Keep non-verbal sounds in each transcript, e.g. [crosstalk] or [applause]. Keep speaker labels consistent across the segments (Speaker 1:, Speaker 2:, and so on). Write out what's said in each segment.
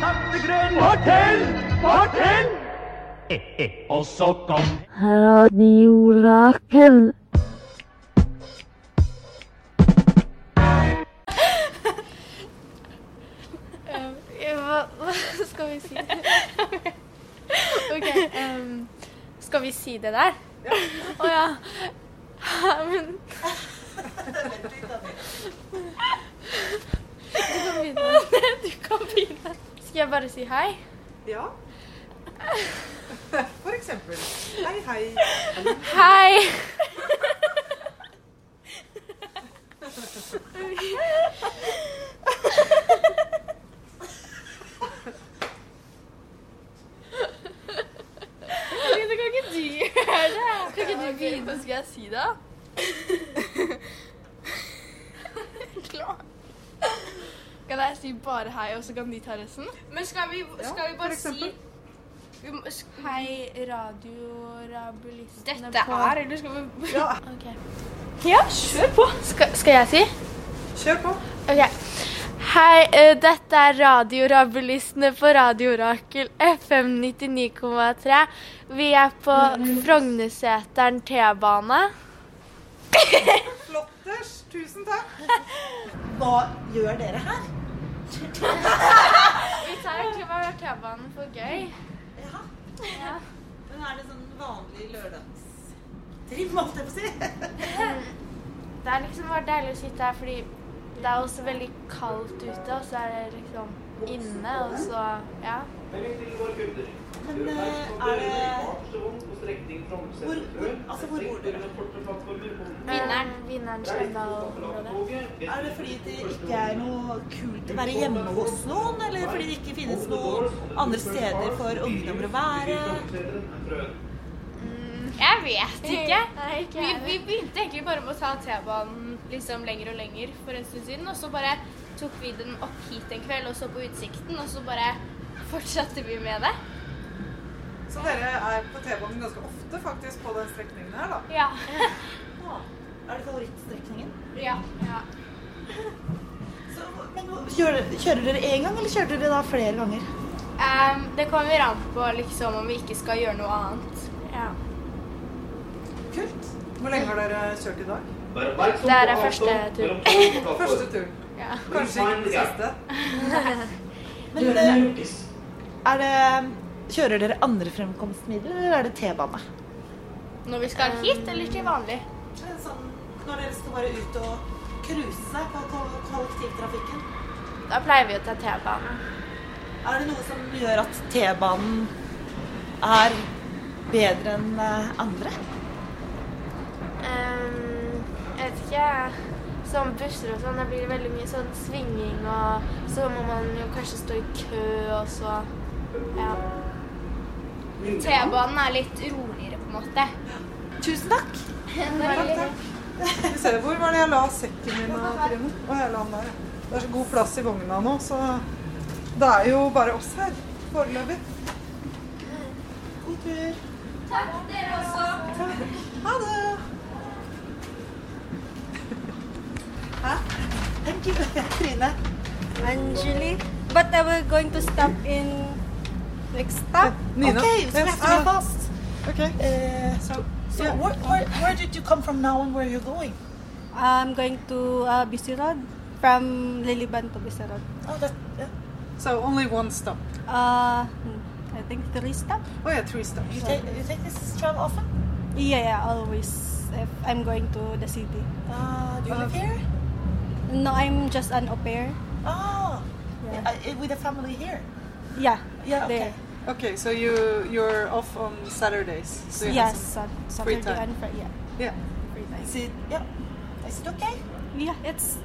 Speaker 1: Hattegrønn, fortell, fortell! Og så kom
Speaker 2: Radio Rakel.
Speaker 3: Um, hva, hva skal vi si? OK. Um, skal vi si det der? Å ja. Ja, Men [laughs] Du kan begynne. Du kan begynne. Skal jeg bare si hei?
Speaker 4: [laughs]
Speaker 5: Ja. For eksempel. Hei, hei.
Speaker 3: Hei!
Speaker 6: Det kan ikke du
Speaker 3: [laughs]
Speaker 6: gjøre det.
Speaker 3: Kan ikke du begynne? Skal jeg
Speaker 6: [laughs]
Speaker 3: si det? Klar. Kan jeg si bare hei, og så kan de ta resten?
Speaker 6: Men skal vi, skal vi
Speaker 5: for
Speaker 6: bare si
Speaker 5: eksempel.
Speaker 6: vi må, sk
Speaker 3: Hei, radiorabulistene
Speaker 6: Dette er, eller skal vi
Speaker 5: Ja,
Speaker 3: Ok.
Speaker 6: Ja, kjør på.
Speaker 3: Skal, skal jeg si?
Speaker 5: kjør på.
Speaker 3: Ok. Hei, eh, dette er radiorabulistene på Radio Rakel FM 99,3. Vi er på Frognerseteren T-bane.
Speaker 5: [laughs] Flotters. Tusen takk. Hva gjør dere her?
Speaker 3: Vi tar T-banen for gøy.
Speaker 5: Ja. Men er det sånn vanlig lørdagstrim, holdt jeg på å si?
Speaker 3: Mm. Det er liksom bare deilig å sitte her, fordi det er også veldig kaldt ute, og så er det liksom inne, og så Ja.
Speaker 5: Men eh, er det Hvor- hvor- altså, hvor bor dere?
Speaker 3: Vinneren. Eh, Vinneren Skjøndal-området.
Speaker 5: Er det fordi det ikke er noe kult å være hjemme hos noen, eller fordi det ikke finnes noen andre steder for ungdommer å være?
Speaker 6: Jeg
Speaker 3: [laughs]
Speaker 6: vet ikke.
Speaker 3: Nei, ikke
Speaker 6: Vi,
Speaker 3: jeg
Speaker 6: vi begynte egentlig bare med å ta T-banen liksom lenger og lenger for en stund siden, og så bare tok vi den opp hit en kveld og så på utsikten, og så bare fortsatte vi med det.
Speaker 4: Så dere er på T-banen ganske ofte faktisk på den strekningen her, da.
Speaker 6: Ja.
Speaker 5: Ja. Er det [laughs] favorittstrekningen?
Speaker 6: ja.
Speaker 5: [laughs] Så, men hvor- kjører, kjører dere én gang, eller kjører dere da flere ganger?
Speaker 6: Ehm, det kommer an på liksom om vi ikke skal gjøre noe annet.
Speaker 3: Ja.
Speaker 4: Kult. Hvor lenge har dere kjørt i dag?
Speaker 3: Det her er første tur.
Speaker 4: Første tur.
Speaker 3: Ja.
Speaker 4: Kanskje ikke den siste.
Speaker 5: Men, eh, er det, kjører dere andre fremkomstmidler, eller er det T-bane?
Speaker 6: Når vi skal hit eller til vanlig.
Speaker 5: sånn, når dere skal bare ut og cruise på kollektivtrafikken,
Speaker 3: Da pleier vi å ta T-banen.
Speaker 5: er det noe som gjør at T-banen er bedre enn eh, andre?
Speaker 3: Ehm, jeg vet ikke. Som busser og sånn, da blir det veldig mye sånn svinging, og så må man jo kanskje stå i kø, og så Ja.
Speaker 6: T-banen er litt roligere, på en måte.
Speaker 5: Tusen takk!
Speaker 4: Vi [laughs] ser hvor var det jeg la sekken min, da, Trine? Å, jeg la den der, ja. Det er så god plass i vogna nå, så det er jo bare oss her foreløpig.
Speaker 5: God tur.
Speaker 4: Ha det!
Speaker 5: Thank you, Trine.
Speaker 7: Anjali. But I will going to stop in next stop.
Speaker 5: Uh,
Speaker 4: Nina?
Speaker 5: Okay, so we have to go
Speaker 4: ah,
Speaker 5: fast.
Speaker 4: okay.
Speaker 7: Uh,
Speaker 5: Eh, so, Uh, so
Speaker 4: Yeah.
Speaker 5: where, where, where did you come from now and where are you going?
Speaker 7: I'm going to uh, Bisirod from Liliban to Bisirod.
Speaker 5: Oh, that, yeah.
Speaker 4: So only one stop.
Speaker 7: Uh, hmm, I think three stop.
Speaker 4: Oh yeah, three stops.
Speaker 5: you, take, you take this tram often?
Speaker 7: Yeah, yeah, always. If I'm going to the city.
Speaker 5: Uh, do you live here?
Speaker 7: No, I'm just an au pair.
Speaker 4: Ah!
Speaker 5: Oh,
Speaker 7: Yeah.
Speaker 5: uh, with a family here.
Speaker 7: Yeah.
Speaker 5: Yeah, okay.
Speaker 7: There.
Speaker 4: Okay, so you you're off on Saturdays. So you have
Speaker 7: Yes.
Speaker 4: some-
Speaker 7: Sat-
Speaker 4: free
Speaker 7: Saturday
Speaker 4: time.
Speaker 7: and Friday. Yeah.
Speaker 4: Yeah.
Speaker 7: Free time.
Speaker 5: Is it, yeah. Is it okay?
Speaker 7: Yeah, it's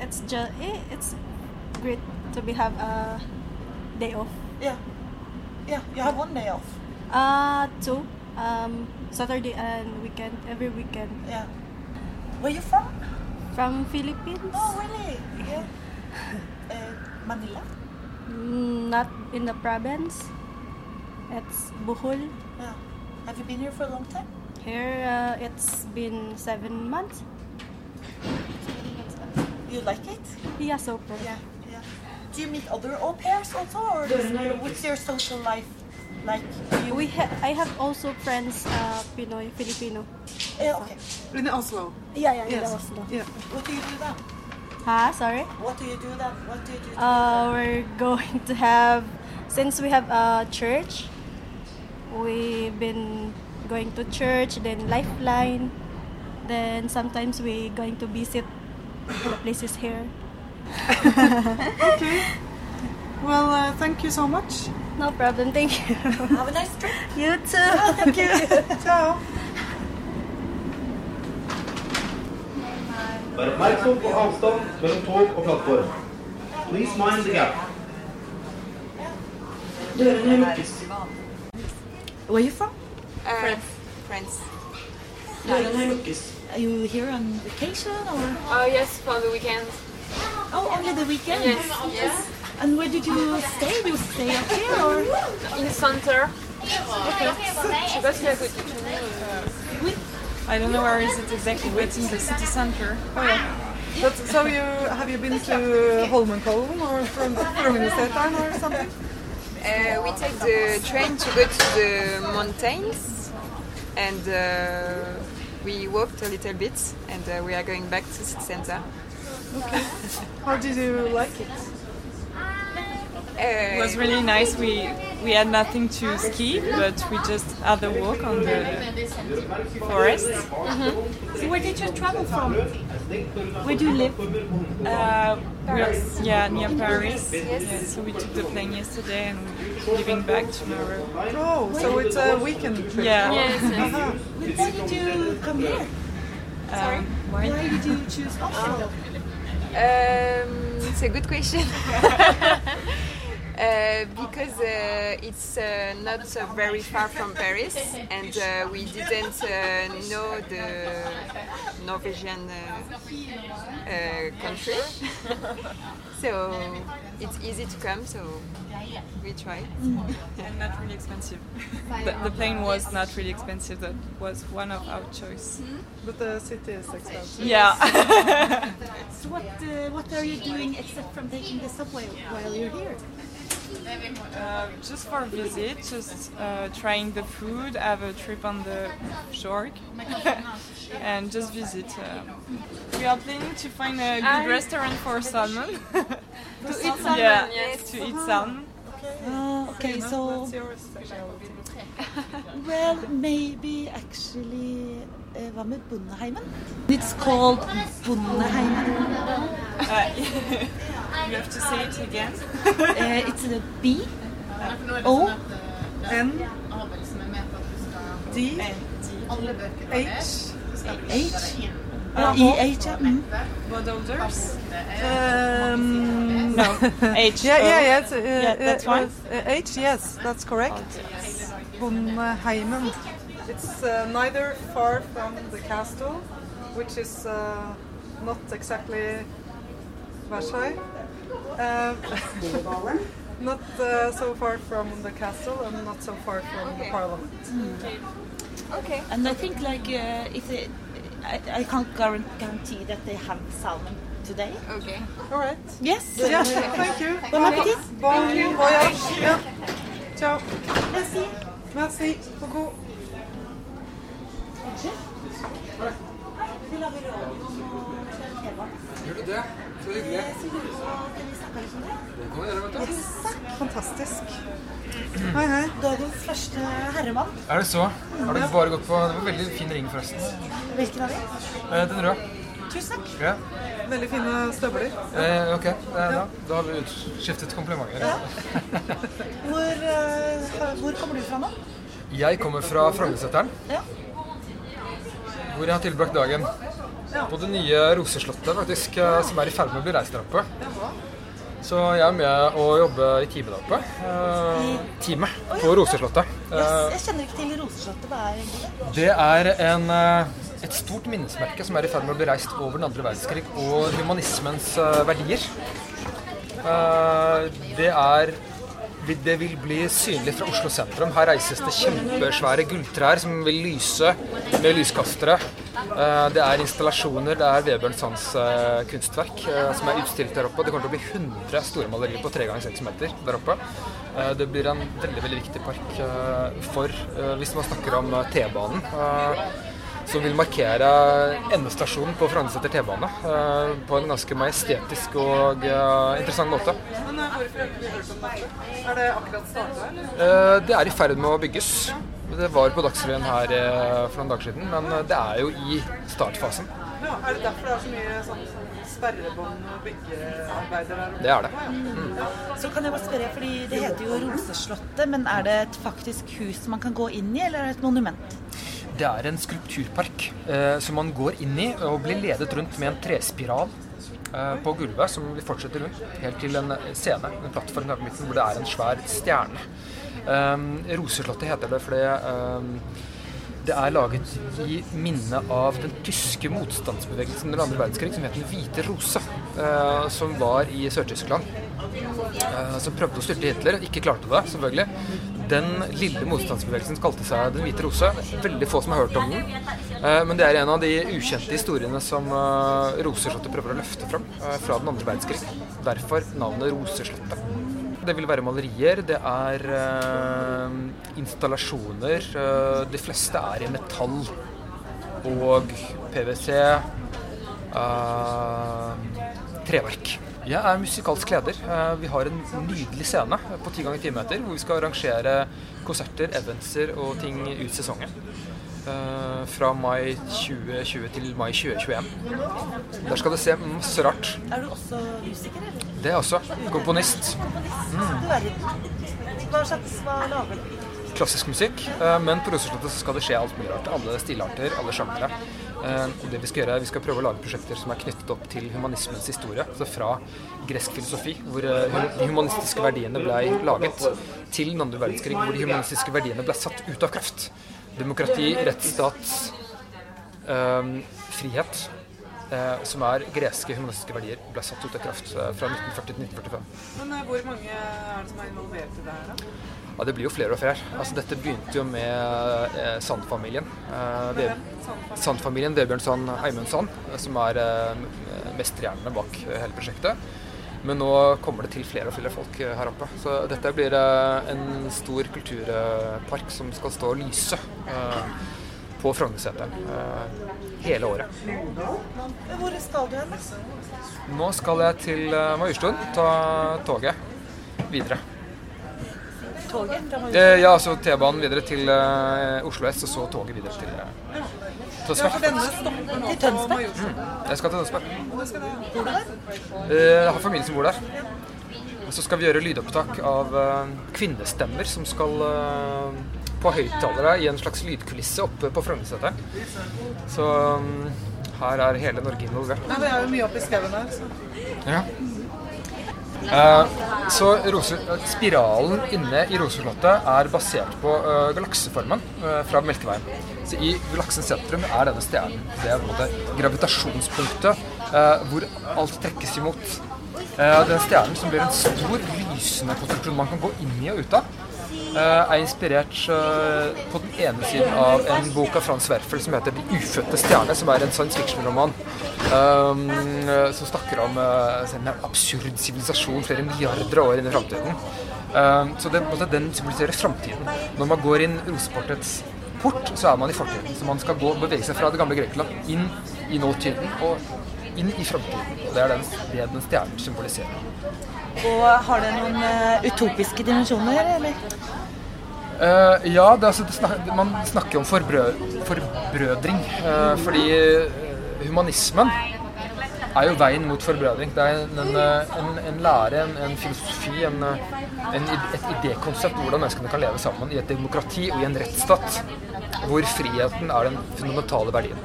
Speaker 7: it's just eh, it's great to be have a day off.
Speaker 5: Yeah. Yeah, you have one day off.
Speaker 7: Uh, two. Um, Saturday and weekend, every weekend.
Speaker 5: Yeah. Where you from?
Speaker 7: From Philippines?
Speaker 5: Oh, really?
Speaker 7: [laughs]
Speaker 5: Yeah. uh, Manila?
Speaker 7: Mm, Not in the province. It's Bohol.
Speaker 5: Yeah. Have you been here for a long time?
Speaker 7: Here, uh, it's been seven months.
Speaker 5: You like it?
Speaker 7: Yeah, so far.
Speaker 5: Yeah, yeah. Do you meet other au pairs also, or is, what's your social life like? Do You,
Speaker 7: We ha- I have also friends uh, Pinoy, Filipino.
Speaker 5: yeah, okay.
Speaker 4: In Oslo.
Speaker 7: Yeah, yeah,
Speaker 4: Yes. Yeah.
Speaker 5: What do you do then?
Speaker 7: Huh? Sorry.
Speaker 5: What do you do then? What do you do?
Speaker 7: Uh, we're going to have since we have a church. We've been going to church, then Lifeline, then sometimes we going to visit the places here.
Speaker 4: Okay. Well, uh, thank you so much.
Speaker 7: No problem. Thank you.
Speaker 5: Have a nice trip.
Speaker 7: you too.
Speaker 4: Oh, Thank
Speaker 7: [laughs]
Speaker 4: you. Ciao.
Speaker 8: Vær oppmerksom på avstand mellom tog og plattform. Please mind the gap. Dørene lukkes.
Speaker 5: Where are you from?
Speaker 9: Uh, friends.
Speaker 8: Dørene lukkes.
Speaker 5: Are you here on vacation or?
Speaker 9: Oh yes, for the weekend.
Speaker 5: Oh, only the weekend.
Speaker 9: Yes, yes.
Speaker 5: And where did you stay? Do you stay up here or?
Speaker 9: In center. Okay. That's very good. I don't know where is it exactly, but it's in the city center.
Speaker 4: Oh, But, so you have you been to Holmenkollen or from Frognerseteren or something?
Speaker 9: Uh, we take the train to go to the mountains, and uh, we walked a little bit, and uh, we are going back to city center.
Speaker 4: How did you like it?
Speaker 9: it was really nice. We we had nothing to ski, but we just had a walk on the forest. So where did you Mm-hmm. travel from? Where do you live? Uh, we are, yeah, near Paris. Yes. so we took the plane yesterday and we're leaving back tomorrow.
Speaker 4: Oh, so it's a weekend trip.
Speaker 9: Yeah. Uh-huh.
Speaker 4: Aha.
Speaker 5: Why did you come here? Uh,
Speaker 9: Sorry.
Speaker 5: Why did you choose Oslo?
Speaker 10: Oh. Um, it's a good question. [laughs] Uh, because uh, it's uh, not uh, very far from Paris, and uh, we didn't uh, know the Norwegian uh, uh, country, [laughs] so it's easy to come. So we tried.
Speaker 9: And not really
Speaker 10: [laughs]
Speaker 9: expensive. The, the plane was not really expensive. That was one of our choice.
Speaker 4: But the city is expensive.
Speaker 9: Yeah. [laughs]
Speaker 5: So what uh, what are you doing except from taking the subway while you're here?
Speaker 9: Uh, just for a visit, just uh, trying the food, have a trip on the shore, [laughs] and just visit. um, we are planning to find a good restaurant for salmon. [laughs] to eat salmon, [laughs] yeah, to eat salmon.
Speaker 5: Ah, okay, so
Speaker 4: That's your specialty.
Speaker 5: well, maybe actually eh, Hva med Bondeheimen? It's called Bondeheimen.
Speaker 9: Uh, [laughs] you have to say it again.
Speaker 5: Eh, it's a B O
Speaker 4: N D
Speaker 5: E
Speaker 4: H
Speaker 5: H E H. ja, Mm.
Speaker 9: Boulders. [laughs]
Speaker 4: Um,
Speaker 9: No. H.
Speaker 4: Yeah, yeah, yeah. It's, uh,
Speaker 9: Yeah, that's
Speaker 4: uh,
Speaker 9: one.
Speaker 4: uh, H, yes, that's correct. eh, Bondheimen. It's uh, neither far from the castle, which is uh, not exactly Versailles, uh, [laughs] not uh, so far from the castle and not so far from the parliament.
Speaker 5: Mm.
Speaker 10: Okay.
Speaker 5: And I think like uh, if they, I, I can't guaran- guarantee that they have salmon today.
Speaker 10: Okay.
Speaker 4: All right.
Speaker 5: Yes.
Speaker 4: Yeah, thank you.
Speaker 5: Bon appétit.
Speaker 4: Bon voyage. Yeah. Ciao. Merci. Beaucoup. Fantastisk. Hei, hei.
Speaker 5: Dagens første herremann.
Speaker 11: Er det så? Har du bare gått på Det var veldig fin ring, forresten.
Speaker 5: Hvilken av dem?
Speaker 11: Eh, Den røde.
Speaker 5: Tusen takk.
Speaker 11: Ja.
Speaker 4: Veldig fine støvler.
Speaker 11: Eh, ok, Eh, da, da har vi utskiftet komplimenter.
Speaker 5: Hvor, eh, hvor kommer du fra nå?
Speaker 11: [laughs] Jeg kommer fra Frognerseteren,
Speaker 5: Ja.
Speaker 11: hvor jeg har tilbrakt dagen. På det nye Roseslottet, faktisk, eh, som er i ferd med å bli reist der oppe. Så jeg er med å jobbe i teamet der oppe. Eh, teamet på Roseslottet. Eh,
Speaker 5: Jeg kjenner ikke til Roseslottet. Hva er egentlig det?
Speaker 11: Det er en, eh, et stort minnesmerke som er i ferd med å bli reist over den andre verdenskrig og humanismens eh, verdier. Eh, Det er vil- det vil bli synlig fra Oslo sentrum. Her reises det kjempesvære gulltrær som vil lyse med lyskastere. Eh, Det er installasjoner, det er Vebjørn Sands eh, kunstverk eh, som er utstilt der oppe. Det kommer til å bli 100 store malerier på 3 ganger 6 meter der oppe. Eh, Det blir en veldig veldig viktig park eh, for, eh, hvis man snakker om eh, T-banen. eh, som vil markere endestasjonen på Frognerseter T-bane eh, på en ganske majestetisk og eh, interessant måte.
Speaker 4: Men eh, hvorfor har ikke vi hørt om dette? Er det akkurat starta, eller?
Speaker 11: Eh, Det er i ferd med å bygges. Det var på Dagsrevyen her eh, for noen dager siden, men eh, det er jo i startfasen.
Speaker 4: Ja, er det derfor det er så mye sånn sperrebånd og byggearbeider der?
Speaker 11: Det Mm. er det.
Speaker 4: Å, ja.
Speaker 5: Så kan jeg bare spørre, fordi Det heter jo Roseslottet, men er det et faktisk hus man kan gå inn i, eller er det et monument?
Speaker 11: Det er en skulpturpark eh, som man går inn i og blir ledet rundt med en trespiral eh, på gulvet, som vi fortsetter rundt helt til en scene, en plattform her på midten, hvor det er en svær stjerne. Um, Roseslottet heter det fordi um, det er laget i minne av den tyske motstandsbevegelsen under andre verdenskrig, som het Den hvite rose, eh, som var i Sør-Tyskland. eh, som prøvde å styrte Hitler, ikke klarte det, selvfølgelig. Den lille motstandsbevegelsen kalte seg Den hvite rose. Veldig få som har hørt om den. Eh, Men det er en av de ukjente historiene som eh, Roseslottet prøver å løfte fram eh, fra den andre verdenskrig. Derfor navnet Roseslottet. Det vil være malerier, det er eh, installasjoner. eh, de fleste er i metall og PwC. eh, treverk. Jeg er musikalsk leder. Eh, Vi har en nydelig scene på 10 ganger 10 meter hvor vi skal arrangere konserter, eventser og ting ut sesongen. Eh, Fra mai 2020 til mai 2021. Der skal det se masse rart.
Speaker 5: Er du også musiker, eller?
Speaker 11: Det er også. Komponist. Mm.
Speaker 5: Komponist, du verden. Hva slags hva lager du?
Speaker 11: klassisk musikk, eh, men på Roseslottet så skal det skje alt mulig rart. Alle stilarter, alle sjangere. Eh, og Det vi skal gjøre, er vi skal prøve å lage prosjekter som er knyttet opp til humanismens historie. Altså fra gresk filosofi, hvor eh, hum- de humanistiske verdiene ble laget, til den andre verdenskrig, hvor de humanistiske verdiene ble satt ut av kraft. Demokrati, rettsstat, eh, frihet. eh, som er greske humanistiske verdier, ble satt ut av kraft eh, fra 1940 til 1945.
Speaker 4: Men eh, hvor mange er det som er involvert i det her, da?
Speaker 11: Ja, det blir jo flere og flere. Altså, dette begynte jo med eh, Sand-familien. Eh, Ve- Sand-familien, Vebjørn Sand, Eimund Sand, eh, som er eh, mesterhjernene bak eh, hele prosjektet. Men nå kommer det til flere og flere folk eh, her oppe. Så dette blir eh, en stor kulturpark som skal stå og lyse eh, på Frognerseteren eh, hele året.
Speaker 5: Men Hvor skal du hen? da?
Speaker 11: Nå skal jeg til eh, Majorstuen, ta toget videre.
Speaker 5: Toget fra
Speaker 11: Eh, ja, altså T-banen videre til eh, Oslo S, og så toget videre til eh,
Speaker 4: Ja, for
Speaker 11: Tønsberg.
Speaker 4: denne stopper nå
Speaker 5: Til
Speaker 4: på
Speaker 5: Tønsberg?
Speaker 4: Majorstuen.
Speaker 11: Jeg skal til Tønsberg.
Speaker 4: Hvor skal du?
Speaker 5: Bor du der?
Speaker 11: Eh, jeg har familie som bor der. Og så skal vi gjøre lydopptak av eh, kvinnestemmer som skal eh, på høyttalere i en slags lydkulisse oppe på Frognerseteren. Så mm, her er hele Norge involvert.
Speaker 4: Nei, det er jo mye oppi skauen her, så
Speaker 11: Ja. Eh, så rose, eh, spiralen inne i Roseslottet er basert på eh, galakseformen eh, fra Melkeveien. Så I galaksens sentrum er denne stjernen. Det er på en måte gravitasjonspunktet eh, hvor alt trekkes imot. Eh, den stjernen som blir en stor, lysende konstruksjon man kan gå inn i og ut av, eh, er inspirert eh, på den ene siden av en bok av Frans Werfel som heter 'De ufødte stjerne', som er en science fiction-roman um, eh, som snakker om eh, en absurd sivilisasjon flere milliarder år inn i framtiden. Um, så det, på en måte, den symboliserer framtiden. Når man går inn Roseportets port, så er man i fortiden. Så man skal gå, bevege seg fra det gamle Grekeland inn i nåtiden og inn i framtiden. Og Det er den, det den stjernen symboliserer.
Speaker 5: Og har det noen eh, utopiske dimensjoner, eller?
Speaker 11: Eh, ja, det, er altså, det snak, man snakker om forbrø, forbrødring. eh, fordi eh, humanismen er jo veien mot forbrødring. Det er en, en, eh, en, en lære, en, en filosofi, en, eh, en, id- et idékonsept hvordan menneskene kan leve sammen i et demokrati og i en rettsstat hvor friheten er den fundamentale verdien.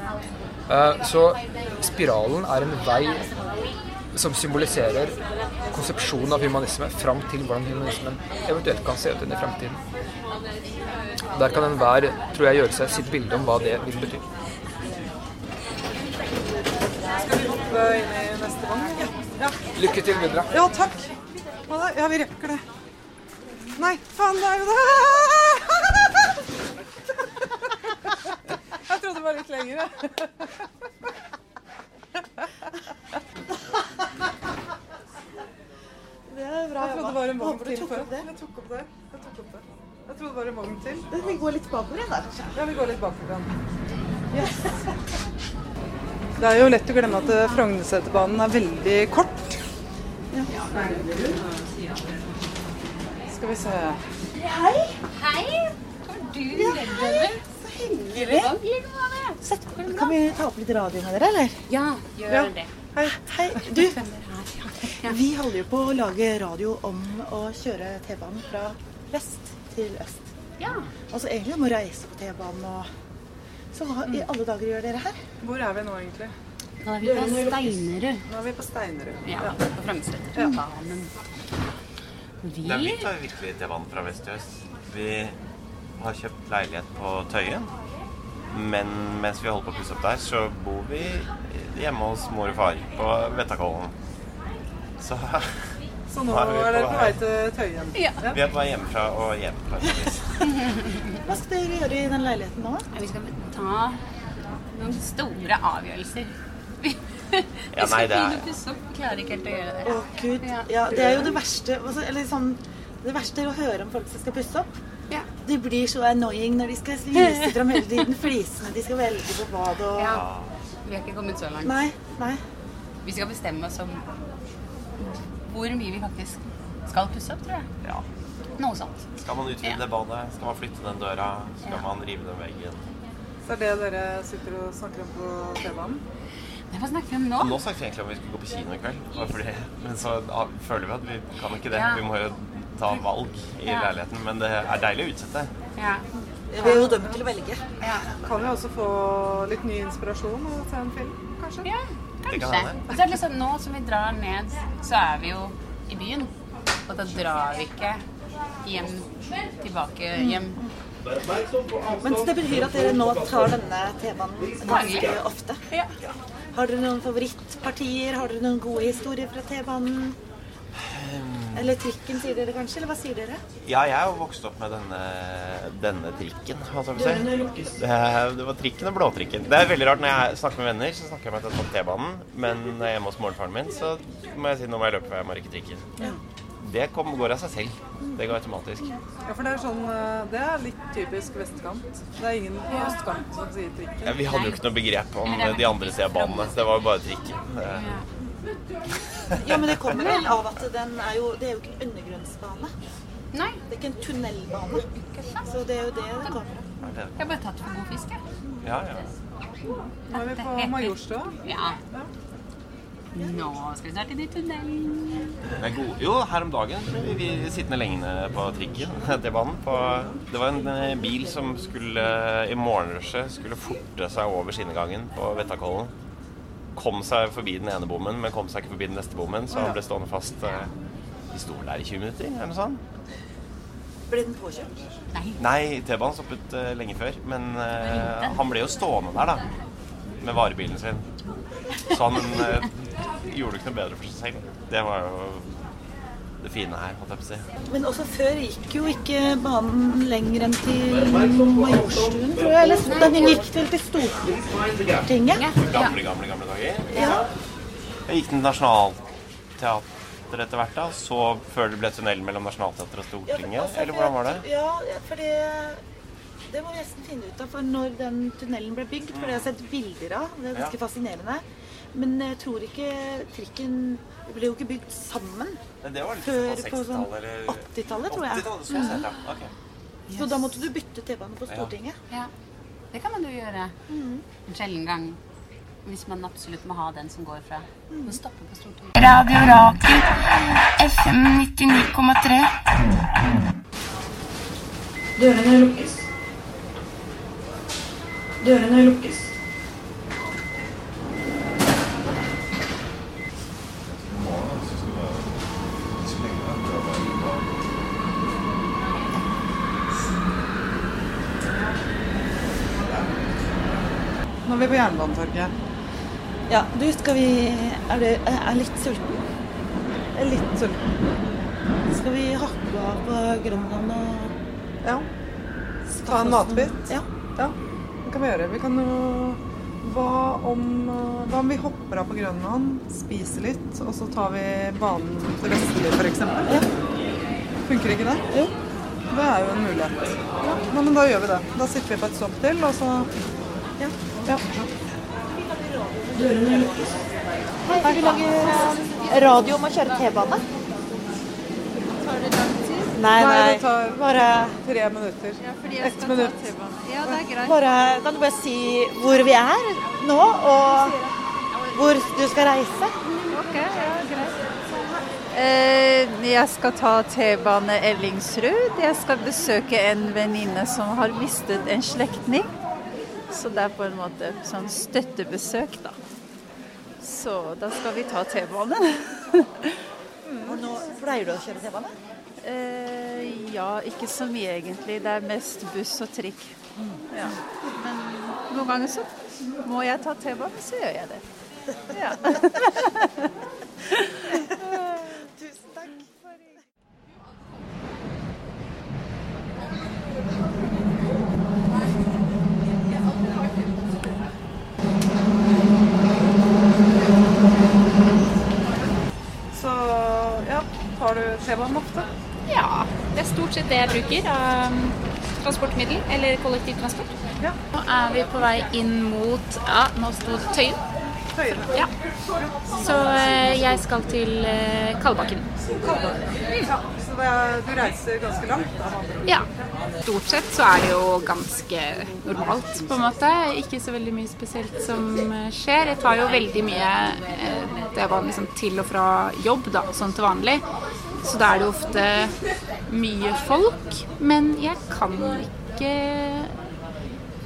Speaker 11: Eh, så spiralen er en vei som symboliserer konsepsjonen av humanisme fram til hvordan humanismen eventuelt kan se ut inn i fremtiden. Der kan enhver, tror jeg, gjøre seg sitt bilde om hva det vil bety.
Speaker 4: skal vi hoppe inn i neste vogn? Ja. ja.
Speaker 11: Lykke til videre.
Speaker 4: Ja, takk. Ha det. Ja, vi rekker det. Nei, faen, det er jo det! Jeg trodde det var litt lengre.
Speaker 5: Det er bra
Speaker 4: Jeg trodde
Speaker 5: jobba.
Speaker 4: det var en vogn
Speaker 5: Håper du
Speaker 4: til
Speaker 5: tok
Speaker 4: før.
Speaker 5: opp det.
Speaker 4: Jeg tok opp det. Jeg tok opp det. Jeg trodde det var en vogn til.
Speaker 5: Vi går litt bakover igjen, da.
Speaker 4: Ja, vi går litt bakover igjen. Det er jo lett å glemme at eh, Frognerseterbanen er veldig kort. Skal vi se
Speaker 5: Hei!
Speaker 12: Hei! Har du ledd over? Så
Speaker 5: hyggelig. Sett, kan vi ta opp litt radio med dere, eller? Ja,
Speaker 12: gjør det.
Speaker 5: Hei. Hei, du.
Speaker 12: [laughs]
Speaker 5: Vi holder jo på å lage radio om å kjøre T-banen fra vest til øst.
Speaker 12: Ja.
Speaker 5: Altså egentlig om å reise på T-banen og Så hva i
Speaker 12: Mm.
Speaker 5: alle dager gjør dere her?
Speaker 4: Hvor er vi nå, egentlig?
Speaker 13: Nå er vi på Steinerud.
Speaker 4: Nå er vi på Steinerud.
Speaker 13: Ja, på Frognerseterbanen. Vi
Speaker 14: Det er blitt av virkelig T-banen fra vest til øst. Vi har kjøpt leilighet på Tøyen. Men mens vi holder på å pusse opp der, så bor vi hjemme hos mor og far på Vettakollen. Så, [laughs]
Speaker 4: Så nå er dere på vei til Tøyen.
Speaker 5: Ja.
Speaker 14: Vi er på vei hjemmefra og hjem. på et vis.
Speaker 5: Hva skal dere gjøre i den leiligheten nå?
Speaker 13: Vi skal ta noen store avgjørelser.
Speaker 14: Ja, nei, det
Speaker 13: Vi
Speaker 14: er
Speaker 13: pusse opp, klarer ikke helt å gjøre
Speaker 5: Å,
Speaker 13: det.
Speaker 5: gud. Ja, det er jo det verste altså, Eller sånn Det verste er å høre om folk som skal pusse opp. De blir så annoying når de skal vise fram hele tiden flisene de skal velge på badet og
Speaker 13: Ja. Vi har ikke kommet så langt.
Speaker 5: Nei, nei.
Speaker 13: Vi skal bestemme oss om hvor mye vi faktisk skal pusse opp, tror jeg.
Speaker 14: Ja.
Speaker 13: Noe sånt.
Speaker 14: Skal man utvide det badet? Skal man flytte den døra? Skal
Speaker 13: Ja.
Speaker 14: man rive den veggen?
Speaker 4: Så er det dere sitter og snakker om på T-banen?
Speaker 13: Hva snakker vi om nå?
Speaker 14: Nå snakket vi egentlig om vi skulle gå på kino i kveld, bare fordi, men så ah, føler vi at vi kan ikke det.
Speaker 13: Ja.
Speaker 14: Vi må jo ta valg i
Speaker 13: Ja.
Speaker 14: leiligheten, men det er deilig å utsette.
Speaker 13: Ja.
Speaker 5: Vi er jo dømt til å velge.
Speaker 4: Kan jo også få litt ny inspirasjon og se en film, kanskje.
Speaker 13: Ja,
Speaker 14: Det kan
Speaker 13: Kanskje.
Speaker 14: hende.
Speaker 13: Og så er det liksom nå som vi drar ned, så er vi jo i byen. Og da drar vi ikke hjem tilbake hjem.
Speaker 5: Men så det betyr at dere nå tar denne T-banen ganske
Speaker 13: Daglig.
Speaker 5: ofte? Har dere noen favorittpartier? Har dere noen gode historier fra T-banen? Eller trikken, sier dere kanskje? Eller hva sier dere?
Speaker 14: Ja, jeg er jo vokst opp med denne, denne trikken, hva skal
Speaker 5: Dørene
Speaker 14: vi
Speaker 5: lukkes.
Speaker 14: si. Det, det var trikken og blåtrikken. Det er veldig rart når jeg snakker med venner, så snakker jeg om at jeg har tatt T-banen, men når jeg er hjemme hos morgenfaren min, så må jeg si nå må jeg løpe, for jeg må rekke trikken.
Speaker 4: Ja.
Speaker 14: Det kom, går av seg selv. Det går automatisk.
Speaker 4: Ja, for det er sånn eh, Det er litt typisk vestkant. Det er ingen på østkant som sier trikken.
Speaker 14: Ja, vi hadde jo ikke noe begrep om de andre T-banene. Det var jo bare trikken. Det-
Speaker 5: Ja, men det kommer vel av at den er jo Det er jo ikke en undergrunnsbane.
Speaker 13: Nei.
Speaker 5: Det er ikke en tunnelbane. Så det er jo det det kommer av.
Speaker 14: er det-
Speaker 13: Jeg har bare tatt for god fisk, jeg.
Speaker 14: Ja, ja.
Speaker 4: Nå er vi på Majorstua.
Speaker 13: Ja. Nå skal vi snart inn i tunnelen.
Speaker 14: Det er god. Jo, her om dagen ble vi, vi sittende lenge på trikken [laughs] til banen. På, det var en eh, bil som skulle eh, i morgenrushet skulle forte seg over skinnegangen på Vettakollen. Kom seg forbi den ene bommen, men kom seg ikke forbi den neste bommen, så han ble stående fast. eh, Vi sto vel der i 20 minutter, eller noe sånt.
Speaker 5: Ble den påkjørt?
Speaker 14: Nei, T-banen stoppet eh, lenge før, men eh, han ble jo stående der, da. Med varebilen sin. Så han eh, gjorde det ikke noe bedre for seg selv. Det var jo det fine her, holdt jeg på å si.
Speaker 5: Men også før gikk jo ikke banen lenger enn til Majorstuen, tror jeg. Eller den gikk vel til Stortinget.
Speaker 14: Gamle, gamle, gamle dager.
Speaker 5: Ja.
Speaker 14: Jeg gikk til Nationalteatret etter hvert, da. Så før det ble tunnel mellom Nationalteatret og Stortinget. Eller hvordan var det?
Speaker 5: altså, Ja, for det Det må vi nesten finne ut av. For når den tunnelen ble bygd, for det har jeg sett bilder av. Det er
Speaker 14: Ja.
Speaker 5: ganske fascinerende. Men jeg tror ikke trikken det ble jo ikke bygd sammen.
Speaker 14: Nei, det var litt
Speaker 5: Før
Speaker 14: på
Speaker 5: på sånn
Speaker 14: 60-tallet, eller
Speaker 5: 80-tallet, tror jeg.
Speaker 14: 80-tallet, skulle jeg sett, ja.
Speaker 5: Mhm.
Speaker 14: Ok.
Speaker 5: Så da måtte du bytte T-bane på
Speaker 14: Ja.
Speaker 5: Stortinget. Mm.
Speaker 13: Ja. Det kan man jo gjøre. En sjelden gang. Hvis man absolutt må ha den som går fra Den stopper på Stortinget.
Speaker 3: Radio Rakel. FM 99,3.
Speaker 13: Dørene lukkes.
Speaker 3: Dørene lukkes.
Speaker 4: Nå er vi på Jernbanetorget.
Speaker 5: Ja, du, skal vi Er du er litt sulten? Jeg er litt sulten.
Speaker 12: skal vi hakke av på Grønland og
Speaker 4: Ja. Ta en matbit? Ja. Det kan vi gjøre. Vi kan jo hva om, eh, hva om vi hopper av på Grønland, spiser litt, og så tar vi banen til Vestli f.eks.? Ja. Funker ikke det? Jo. Det er jo en mulighet. Ja. Nei, men da gjør vi det. Da sitter vi på et stopp til, og så Ja. ja.
Speaker 12: Dørene lukkes. Hei, skal vi lage radio om å kjøre T-bane? Nei, nei.
Speaker 4: det tar
Speaker 12: Bare-
Speaker 4: tre minutter. Ja, Ett minutt.
Speaker 12: Ja, det er greit. Bare, kan du bare si hvor vi er nå, og hvor du skal reise?
Speaker 15: Ok, ja, greit. Eh, Jeg skal ta T-bane Ellingsrud. Jeg skal besøke en venninne som har mistet en slektning. Så det er på en måte et sånn støttebesøk, da. Så da skal vi ta T-banen. [laughs]
Speaker 12: Og nå pleier du å kjøre T-bane?
Speaker 15: Eh, ja, ikke så mye egentlig. Det er mest buss og trikk. Ja. Men noen ganger så må jeg ta T-banen, så gjør jeg det. Ja.
Speaker 12: Tusen takk.
Speaker 4: Så ja, tar du T-banen ofte?
Speaker 13: Ja. Det er stort sett det jeg bruker av um, transportmiddel eller kollektivtransport. Nå er vi på vei inn mot ja, nå sto det Tøyen. Ja. Så eh, jeg skal til eh, Kalbakken.
Speaker 4: Ja, så det er, du reiser ganske langt? da.
Speaker 13: Ja. Stort sett så er det jo ganske normalt, på en måte. Ikke så veldig mye spesielt som eh, skjer. Jeg tar jo veldig mye eh, det var liksom til og fra jobb, da, sånn til vanlig. Så da er det jo ofte mye folk. Men jeg kan ikke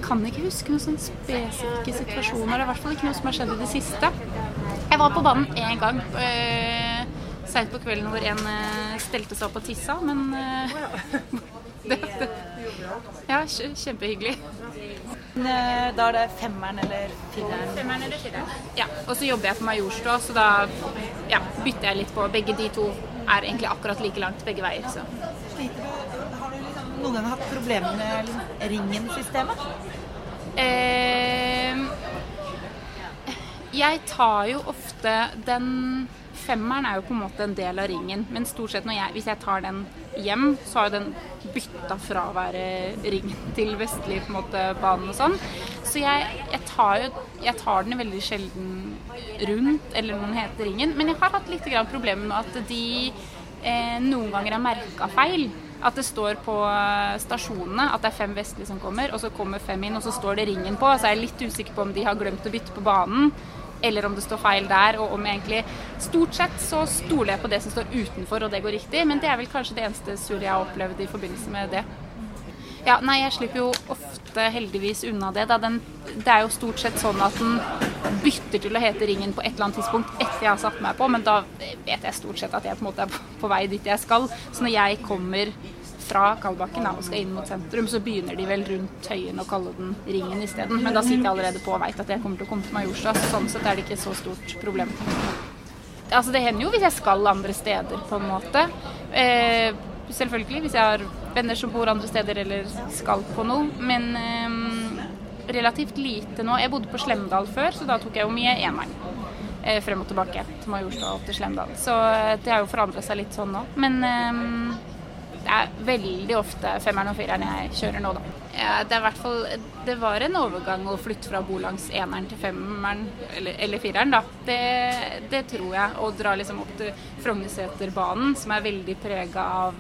Speaker 13: kan ikke huske noen sånne spesifikke situasjoner. Det er i hvert fall ikke noe som har skjedd i det siste. Jeg var på banen én gang eh, seint på kvelden hvor en eh, stelte seg opp og tissa, men eh, [laughs] det, det, Ja, kj- kjempehyggelig.
Speaker 12: Men, eh, Da er det femmeren eller fireren?
Speaker 13: Femmeren eller fireren. Ja, og så jobber jeg på Majorstua, så da ja, bytter jeg litt på. Begge de to er egentlig akkurat like langt begge veier, så.
Speaker 12: Noen ganger hatt problemer med liksom ringen-systemet?
Speaker 13: Eh, jeg tar jo ofte den Femmeren er jo på en måte en del av ringen, men stort sett når jeg, hvis jeg tar den hjem, så har jo den bytta fra å være ringen til vestlig på en måte, banen og sånn. Så jeg, jeg, tar jo, jeg tar den veldig sjelden rundt, eller når den heter ringen. Men jeg har hatt litt grann problemer med at de eh, noen ganger er merka feil. At det står på eh, stasjonene at det er fem vestlige som kommer, og så kommer fem inn, og så står det ringen på. Så er jeg litt usikker på om de har glemt å bytte på banen, eller om det står feil der. Og om jeg egentlig Stort sett så stoler jeg på det som står utenfor, og det går riktig. Men det er vel kanskje det eneste surret jeg har opplevd i forbindelse med det. Ja, nei, jeg slipper jo ofte heldigvis unna det. Da. Den, det er jo stort sett sånn at den bytter til å hete Ringen på et eller annet tidspunkt etter jeg har satt meg på, men da vet jeg stort sett at jeg på en måte er på- på vei dit jeg skal. Så når jeg kommer fra Kalbakken da, og skal inn mot sentrum, så begynner de vel rundt Tøyen å kalle den Ringen isteden. Men da sitter jeg allerede på og veit at jeg kommer til å komme til Majorstua, så sånn sett er det ikke så stort problem. Altså, det hender jo hvis jeg skal andre steder, på en måte. Eh, selvfølgelig hvis jeg har venner som bor andre steder eller skal på noe. Men eh, relativt lite nå. Jeg bodde på Slemdal før, så da tok jeg jo mye eneren. Eh, frem og tilbake til Majorstua og opp til Slemdal. Så eh, det har jo forandra seg litt sånn nå. Men eh, det er veldig ofte femmeren og fireren jeg kjører nå, da. Ja, det er i hvert fall Det var en overgang å flytte fra å bo langs eneren til femmeren, eller, eller fireren, da. Det, det tror jeg. Å dra liksom opp til Frognerseterbanen, som er veldig prega av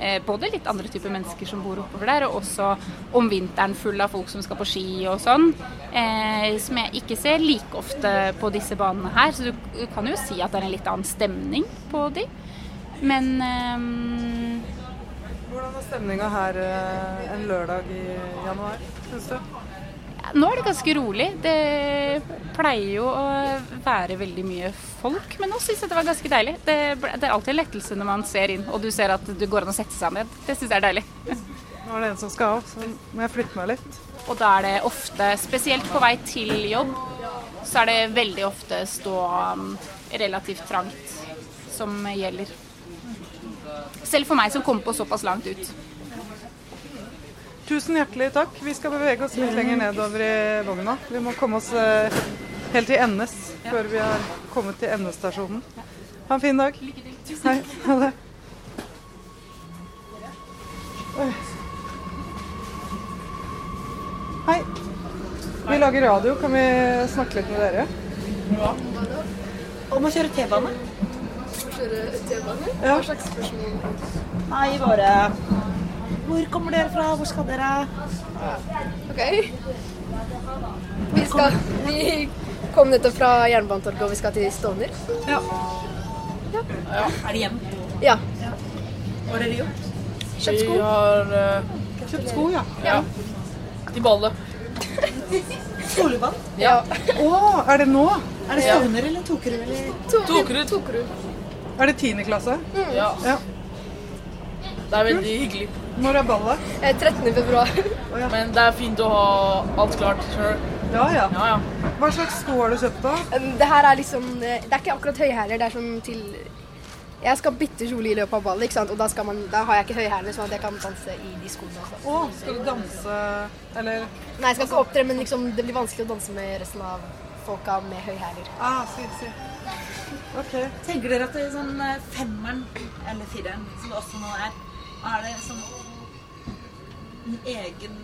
Speaker 13: eh, både litt andre typer mennesker som bor oppover der, og også om vinteren full av folk som skal på ski og sånn. Eh, som jeg ikke ser like ofte på disse banene her. Så du, du kan jo si at det er en litt annen stemning på de. Men ehm,
Speaker 4: Hvordan er stemninga her eh, en lørdag i januar, syns du?
Speaker 13: Nå er det ganske rolig. Det pleier jo å være veldig mye folk, men nå syns jeg det var ganske deilig. Det, ble- det er alltid en lettelse når man ser inn og du ser at det går an å sette seg ned. Det syns jeg er deilig.
Speaker 4: Nå er det en som skal av, så må jeg flytte meg litt.
Speaker 13: Og da er det ofte, spesielt på vei til jobb, så er det veldig ofte stå um, relativt trangt som gjelder. Selv for meg som kom på såpass langt ut.
Speaker 4: Tusen hjertelig takk. Vi skal bevege oss litt lenger nedover i vogna. Vi må komme oss eh, helt til Endes før vi har kommet til endestasjonen. Ha en fin dag. Hei. Ha det. Oi. Hei. Vi lager radio. Kan vi snakke litt med dere?
Speaker 16: Om å kjøre T-bane?
Speaker 4: Ja.
Speaker 16: Nei, bare Hvor kommer dere fra? Hvor skal dere?
Speaker 17: Ok. Vi, skal, vi kom nettopp fra Jernbanetorget, og vi skal til Stovner. Ja.
Speaker 5: Er det hjem?
Speaker 17: ja.
Speaker 5: Hva har dere gjort?
Speaker 17: Kjøpt sko.
Speaker 6: Vi har eh,
Speaker 5: Kjøpt sko, ja.
Speaker 6: ja. Til ballet.
Speaker 5: Skoleball?
Speaker 6: Ja.
Speaker 4: Å, er det nå?
Speaker 5: Er det Stovner eller Tokerud? eller?
Speaker 6: Tokerud. Mm.
Speaker 4: Er det tiende klasse?
Speaker 6: Ja.
Speaker 4: ja.
Speaker 6: Det er veldig hyggelig.
Speaker 4: Når er ballet?
Speaker 17: 13. februar.
Speaker 6: Men det er fint å ha alt klart sjøl.
Speaker 4: Ja, ja.
Speaker 6: Ja, ja.
Speaker 4: Hva slags sko har du kjøpt, da?
Speaker 17: Um, Det her er liksom eh, Det er ikke akkurat høyhæler. Det er sånn til Jeg skal bytte kjole i løpet av ballet, ikke sant? og da, skal man, da har jeg ikke høyhælene, sånn at jeg kan danse i de skoene. Også.
Speaker 4: Å, skal du danse, eller?
Speaker 17: Nei, jeg skal ikke opptre, men liksom, det blir vanskelig å danse med resten av folka med høyhæler.
Speaker 4: Ah, si, si. Ok.
Speaker 5: Tenker dere at det er sånn eh, femmeren, eller fireren, som det også nå er, er det sånn en egen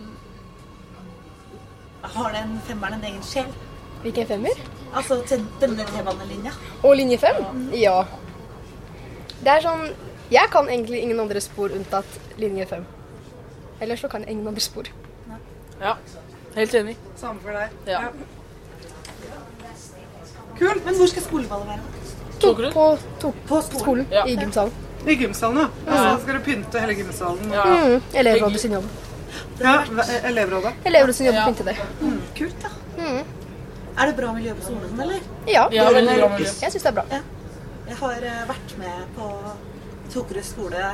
Speaker 5: Har den femmeren en egen sjel?
Speaker 17: Hvilken femmer?
Speaker 5: Altså til denne T-banelinja?
Speaker 17: Og linje fem? Ja. Det er sånn Jeg kan egentlig ingen andre spor unntatt linje fem. Ellers så kan jeg ingen andre spor.
Speaker 6: Ja. Helt enig.
Speaker 4: Samme for deg.
Speaker 6: Ja.
Speaker 4: Kult.
Speaker 5: Men hvor skal skoleballet være?
Speaker 6: Tokerud?
Speaker 17: På, skolen.
Speaker 4: Ja.
Speaker 17: I gymsalen.
Speaker 4: I gymsalen, ja.
Speaker 17: Ja.
Speaker 4: ja. Så skal du pynte hele gymsalen.
Speaker 17: Mm, elevrådet sin jobb.
Speaker 4: Ja, eh, ve- elevrådet.
Speaker 17: Elevrådet sin jobb å pynte det.
Speaker 4: Mm.
Speaker 5: Kult, da. Er det bra miljø på skolen, eller?
Speaker 17: Ja.
Speaker 5: Ja, veldig bra miljø.
Speaker 17: Jeg syns det er bra.
Speaker 5: Jeg har eh, vært med på Tokerud skole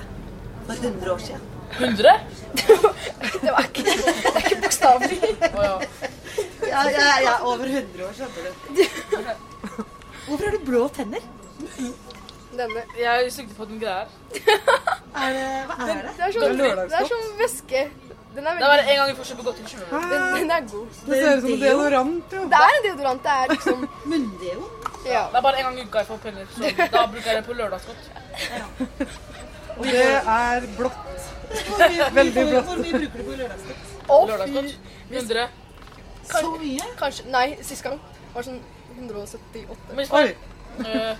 Speaker 5: for 100 år siden. [laughs]
Speaker 6: 100?
Speaker 17: det var ikke, det er ikke bokstavelig.
Speaker 5: Ja, jeg, jeg er over 100 år, skjønner du. Hvorfor har du blå tenner?
Speaker 17: Denne.
Speaker 6: Jeg sugde på den
Speaker 5: [laughs]
Speaker 6: greia her.
Speaker 5: Er det, hva er det?
Speaker 17: Det er sånn, det er sånn væske. Den er
Speaker 6: Det er bare
Speaker 17: veldig
Speaker 6: en gang vi får kjøpe godteri. skjønner du.
Speaker 17: den,
Speaker 5: Ah.
Speaker 3: Ah.
Speaker 17: den er god.
Speaker 4: Det ser ut som en deodorant, jo.
Speaker 17: Det er en deodorant. Det er liksom
Speaker 5: [laughs] Munndeo?
Speaker 17: Ja.
Speaker 6: Det er bare en gang i uka jeg får penger, så da bruker jeg det på lørdagsgodt.
Speaker 4: Og det er
Speaker 5: [laughs]
Speaker 4: blått. Veldig blått.
Speaker 5: bruker du på lørdagsgodt?
Speaker 17: Å, fy.
Speaker 6: Lørdagsgodt. 100.
Speaker 17: Så mye? Kanskje, nei, sist gang var det sånn 178.
Speaker 6: Men hvis, man, øh,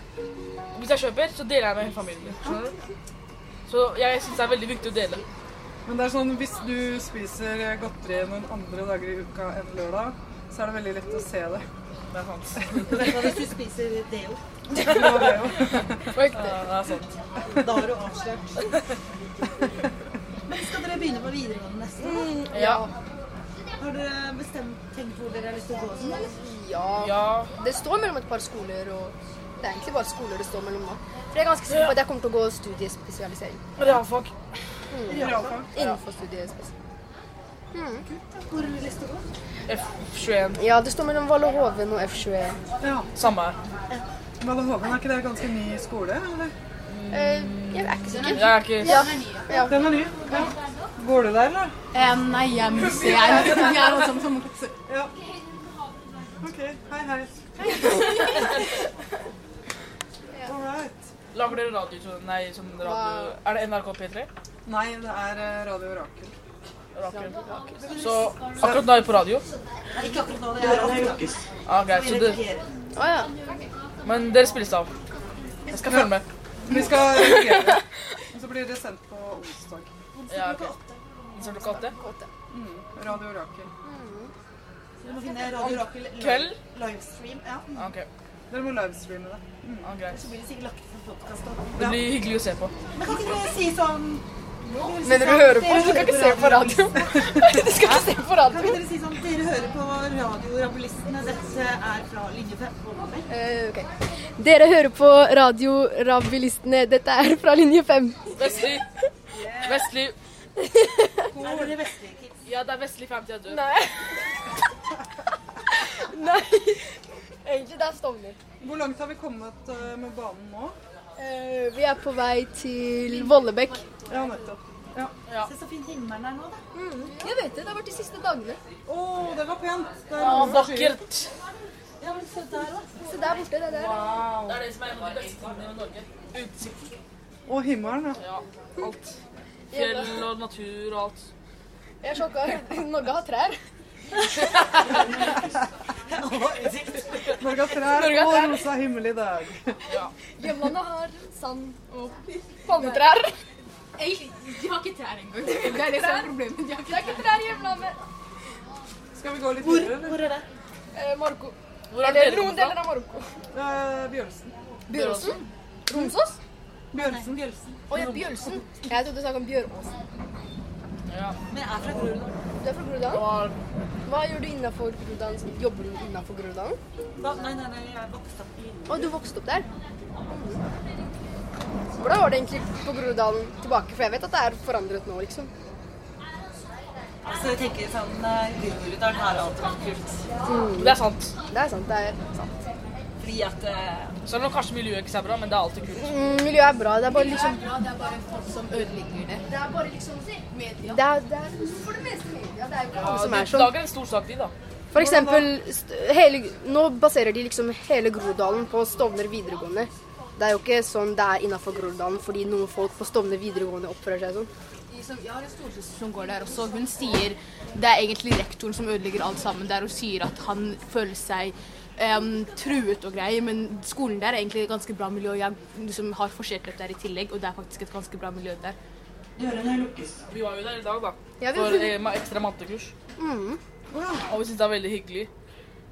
Speaker 6: hvis jeg kjøper, så deler jeg med hele familien min. skjønner du? Så jeg syns det er veldig viktig å dele.
Speaker 4: Men det er sånn, hvis du spiser godteri noen andre dager i uka enn lørdag, så er det veldig lett å se det.
Speaker 6: Det er sant. [laughs]
Speaker 5: I hvert fall hvis du spiser deo.
Speaker 6: Ja, det er sant.
Speaker 5: Da har du avslørt. Men skal dere begynne på videregående neste år?
Speaker 6: Mm, ja.
Speaker 5: Har dere bestemt tenkt hvor dere har lyst til å gå? og sånn, eller?
Speaker 17: Ja. Det står mellom et par skoler, og det er egentlig bare skoler det står mellom nå. For jeg er ganske sikker på at jeg kommer til å gå studiespesialisering.
Speaker 6: Realfag.
Speaker 17: Mm.
Speaker 6: Realfag.
Speaker 17: Innenfor studiespesialisering.
Speaker 5: Hvor har du lyst til å gå?
Speaker 6: F21.
Speaker 17: Ja, det står mellom Valle Hoven og F21.
Speaker 4: Ja.
Speaker 6: Samme her.
Speaker 4: Valle Hoven, er ikke det ganske ny skole, eller?
Speaker 17: Eh, jeg er ikke sikker.
Speaker 6: Jeg er ikke-
Speaker 17: Ja. Ja.
Speaker 4: Den er ny. Ja. Eh, Går du der, eller?
Speaker 18: nei, jeg må se. Jeg er- jeg er
Speaker 4: sånn
Speaker 18: også som
Speaker 4: Ja. Ok, hei, hei. All right.
Speaker 6: Lager dere radio? så- Nei, som radio... Er det NRK P3?
Speaker 4: Nei, det er eh, Radio Orakel.
Speaker 6: Orakel. Så akkurat nå er vi på radio.
Speaker 5: Ikke akkurat nå, det er alltid.
Speaker 6: Ah, greit, så det... Men dere spilles av. Jeg skal følge med.
Speaker 4: Vi skal
Speaker 5: [laughs]
Speaker 4: reagere. Og så blir det sendt på onsdag.
Speaker 6: Ja, ok. Så klokka åtte?
Speaker 4: Mm, Radio Orakel.
Speaker 5: Mm. Dere må finne Radio Rakel live-
Speaker 6: Kveld?
Speaker 5: livestream. Ja.
Speaker 6: Ah, ok.
Speaker 4: Mm. Dere må livestreame det. Mm.
Speaker 6: Ah, greit.
Speaker 5: Så blir det sikkert lagt ut som podcast da.
Speaker 6: Det blir hyggelig å se på.
Speaker 5: Men kan ikke dere si sånn
Speaker 17: Men dere hører på, så du kan ikke se på radio. [laughs] Du skal ikke se på
Speaker 5: Kan
Speaker 17: radio.
Speaker 5: ikke dere si sånn Dere hører på Radio Rabulistene. Dette er fra linje 5.
Speaker 17: Eh, ok. Dere hører på Radio Rabilistene. Dette er fra linje 5.
Speaker 6: Vestli.
Speaker 5: [laughs]
Speaker 6: Vestli.
Speaker 5: Er dere vestlige kids?
Speaker 6: Ja, det er Vestli frem til jeg dør.
Speaker 17: Nei. Nei. Egentlig, det er Stovner.
Speaker 4: Hvor langt har vi kommet eh, med banen nå?
Speaker 17: Eh, vi er på vei til Vollebekk.
Speaker 5: Ja, nettopp. Ja.
Speaker 17: Ja.
Speaker 5: Se så fin himmelen er nå, da.
Speaker 17: Mm. Jeg vet det. Det har vært de siste dagene.
Speaker 5: Å, det var pent. Der
Speaker 6: Ja,
Speaker 5: over skyen.
Speaker 6: vakkert.
Speaker 5: Ja, men se der, da.
Speaker 17: Se der borte. Det der.
Speaker 6: Det er det som er en av de beste tingene med Norge. Utsikt.
Speaker 5: Og himmelen, ja.
Speaker 6: Ja, alt.
Speaker 5: [laughs]
Speaker 6: Fjell og natur og alt.
Speaker 17: Jeg er sjokka. Norge har trær.
Speaker 5: Norge har trær
Speaker 17: Norge har
Speaker 5: og
Speaker 17: trær.
Speaker 5: rosa himmel i dag.
Speaker 17: Hjemlandet har sand og palmetrær.
Speaker 3: De har ikke trær engang.
Speaker 17: Det er det som er problemet. De har ikke, det er ikke trær i hjemlandet.
Speaker 5: Skal vi gå litt videre, eller? Hvor er det?
Speaker 17: Eh, Marokko.
Speaker 6: Hvor er
Speaker 17: Eller
Speaker 6: dere
Speaker 17: noen
Speaker 6: fra?
Speaker 17: deler av Marokko.
Speaker 5: Bjørnsen.
Speaker 17: Bjørnsen? Romsås?
Speaker 5: Bjørnsen, Bjørnsen.
Speaker 17: Å ja, Bjørnsen. Jeg trodde du snakket om Bjøråsen.
Speaker 6: Ja.
Speaker 5: Men jeg er fra Groruddalen.
Speaker 17: Du er fra Groruddalen? Hva gjør du innafor Groruddalen? Jobber du innafor Groruddalen?
Speaker 5: Hva? Nei, nei, nei, jeg vokste opp i
Speaker 17: Å, du vokste opp der?
Speaker 6: Mm.
Speaker 17: Hvordan var det egentlig på Groruddalen tilbake? For jeg vet at det er forandret nå, liksom.
Speaker 5: Så jeg tenker sånn eh, Groruddalen har alltid vært kult.
Speaker 6: Mm. Det er sant.
Speaker 17: Mm. Det er sant. Det er sant.
Speaker 5: Fordi at eh,
Speaker 6: Selv om kanskje miljøet ikke er bra, men det er alltid kult.
Speaker 17: Mm, miljøet er bra. Det er bare liksom
Speaker 3: det er bare folk som ødelegger det.
Speaker 17: Det er bare liksom media. Det er, det er for det meste media. Det er jo ikke alle som
Speaker 6: de
Speaker 17: er sånn.
Speaker 6: lager en stor sak, de, da.
Speaker 17: For eksempel, st- hele, nå baserer de liksom hele Groruddalen på Stovner videregående. Det er jo ikke sånn det er innafor Groruddalen fordi noen folk på Stovner videregående oppfører seg sånn.
Speaker 3: De som- Jeg har en storesøster som går der også. Hun sier det er egentlig rektoren som ødelegger alt sammen der, og sier at han føler seg em, truet og greier. Men skolen der er egentlig et ganske bra miljø. og Jeg liksom, har forsetløp der i tillegg, og det er faktisk et ganske bra miljø der.
Speaker 5: Dørene lukkes.
Speaker 6: Vi var jo der i dag, da.
Speaker 3: Ja, vi-
Speaker 6: For eh, ma- ekstra mattekurs.
Speaker 17: Mm.
Speaker 6: Og vi syns det er veldig hyggelig.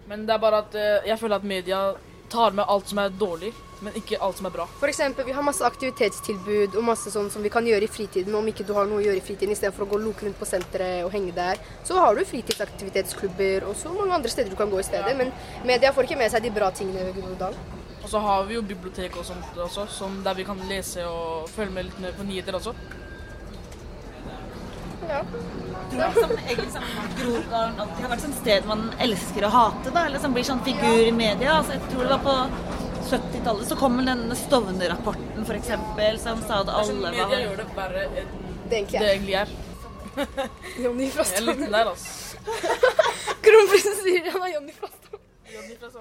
Speaker 6: Men det er bare at eh, jeg føler at media tar med alt som er dårlig, men ikke alt som er bra.
Speaker 17: For eksempel, vi har masse aktivitetstilbud og masse sånn som vi kan gjøre i fritiden. Om ikke du har noe å gjøre i fritiden, istedenfor å gå og loke rundt på senteret og henge der, så har du fritidsaktivitetsklubber og så mange andre steder du kan gå i stedet. Men media får ikke med seg de bra tingene ved Groruddalen.
Speaker 6: Og så har vi jo bibliotek og sånt også, som der vi kan lese og følge med litt med på nyheter også.
Speaker 17: Ja.
Speaker 5: Tror du liksom, egentlig sånn Groruddalen alltid har vært sånn sted man elsker å hate, da? Eller som blir sånn figur i media? Altså, jeg tror det var på 70-tallet så kom vel den Stovner-rapporten, for eksempel, som sa at alle
Speaker 6: media
Speaker 5: var
Speaker 6: gjør det verre enn
Speaker 17: det egentlig
Speaker 6: er.
Speaker 17: Jonny fra
Speaker 6: Jeg er liten
Speaker 17: Stovner.
Speaker 6: der, altså.
Speaker 17: [laughs] Kronprinsen sier han er Jonny fra Stovner.
Speaker 6: Jonny fra
Speaker 17: [laughs]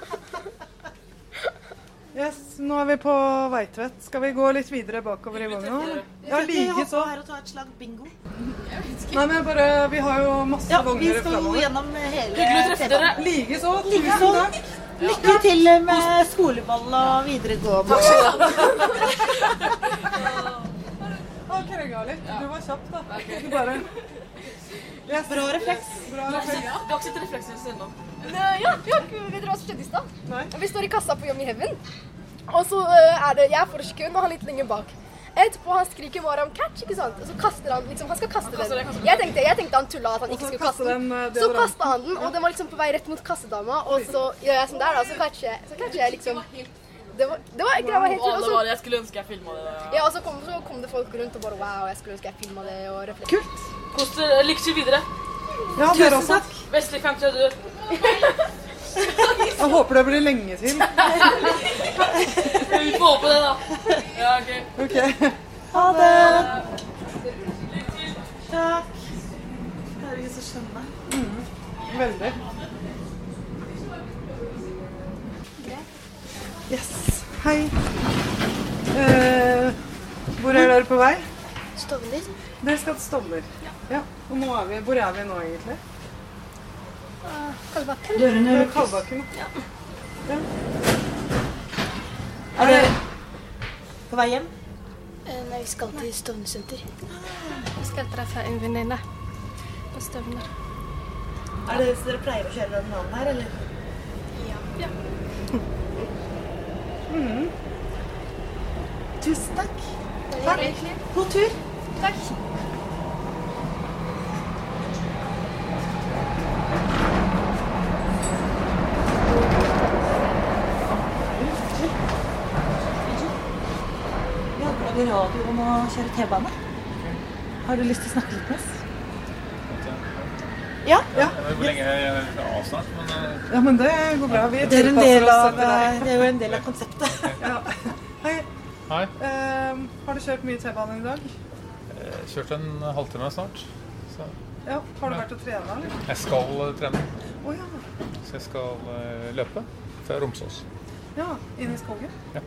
Speaker 6: Stovner.
Speaker 4: Yes, nå er vi på Veitvet. Skal vi gå litt videre bakover i vogna? Ja, sånn.
Speaker 5: Jeg
Speaker 4: likeså.
Speaker 5: hopper her og tar et slag bingo.
Speaker 4: Nei, men bare Vi har jo masse
Speaker 5: Ja, vi
Speaker 4: vogner
Speaker 5: skal jo
Speaker 4: fremover.
Speaker 5: gjennom hele
Speaker 4: Likeså.
Speaker 5: Likeså.
Speaker 4: Tusen takk.
Speaker 5: Lykke til med skoleball og videregående.
Speaker 4: Takk skal du Å, krenga litt. Du var kjapp, da. Du bare yes.
Speaker 5: Bra refleks.
Speaker 4: Bra refleks.
Speaker 6: Du har ikke sett refleksene ennå?
Speaker 17: Nei, ja, ja, vet dere hva som skjedde i stad? Vi står i kassa på Yummy Heaven, og så eh, er det Jeg er forrest i køen, og han litt lenger bak. Etterpå han skriker Mariam catch, ikke sant? Og så kaster han liksom, han skal kaste
Speaker 6: kaster den,
Speaker 17: den.
Speaker 6: kaster den.
Speaker 17: Jeg tenkte, jeg tenkte han tulla at han ikke
Speaker 4: så
Speaker 17: skulle
Speaker 4: kaster
Speaker 17: kaste den.
Speaker 4: den, eh,
Speaker 17: Så
Speaker 4: deodoranten.
Speaker 17: kasta han den, og den var liksom på vei rett mot kassedama, og så gjør jeg som det er, da, så catcher jeg, så catcher jeg liksom Det var, det var, det var helt
Speaker 6: Å,
Speaker 17: altså. og
Speaker 6: det
Speaker 17: så-
Speaker 6: var, Jeg skulle ønske jeg filma det. der.
Speaker 17: Ja, og så kom, så kom det folk rundt og bare wow, jeg skulle ønske jeg filma det og reflekterte.
Speaker 6: Kos dere. Lykke til videre.
Speaker 4: Ja, dere også.
Speaker 6: Vestlig femte død.
Speaker 4: Jeg håper det blir lenge til.
Speaker 6: Vi får håpe det, da. Ja, ok.
Speaker 4: OK.
Speaker 5: Ha det. Takk. Herregud, så skjønne.
Speaker 4: Mm, Veldig. Yes. Hei. Eh, hvor er dere på vei?
Speaker 17: Stovner.
Speaker 4: Dere skal til Stovner. Ja. Og nå er vi, hvor er vi nå, egentlig? Ah,
Speaker 17: Kalbakken.
Speaker 4: Ved Kalbakken. Ja.
Speaker 5: Er dere på vei hjem?
Speaker 19: Eh. Nei, vi skal til Stovner senter.
Speaker 5: Ah.
Speaker 19: Vi skal treffe en venninne på Stovner.
Speaker 5: Er det så dere pleier å kjøre den dagen her, eller?
Speaker 19: Ja.
Speaker 5: Mhm. Tusen takk.
Speaker 19: Takk.
Speaker 5: God tur.
Speaker 19: Takk.
Speaker 5: Vi hadde laget radio om å kjøre T-bane. Har du lyst til å snakke litt med oss? Ja. ja.
Speaker 20: Hvor lenge er jeg avstand? Men, eh,
Speaker 4: men det går bra. Vi
Speaker 5: Det er, en
Speaker 4: tilpasser
Speaker 5: del
Speaker 4: oss
Speaker 5: av, eh,
Speaker 4: etter deg. [laughs]
Speaker 5: det er jo en del av konseptet.
Speaker 20: Hei.
Speaker 4: Ehm, har du kjørt mye T-bane i dag?
Speaker 20: Eh, Kjørt en halvtime snart. Så
Speaker 4: Ja. Har du vært og trena, eller?
Speaker 20: jeg skal eh, trene.
Speaker 4: Å ja.
Speaker 20: Så jeg skal eh, løpe fra Romsås.
Speaker 4: ja. Inn i skogen?
Speaker 20: Ja.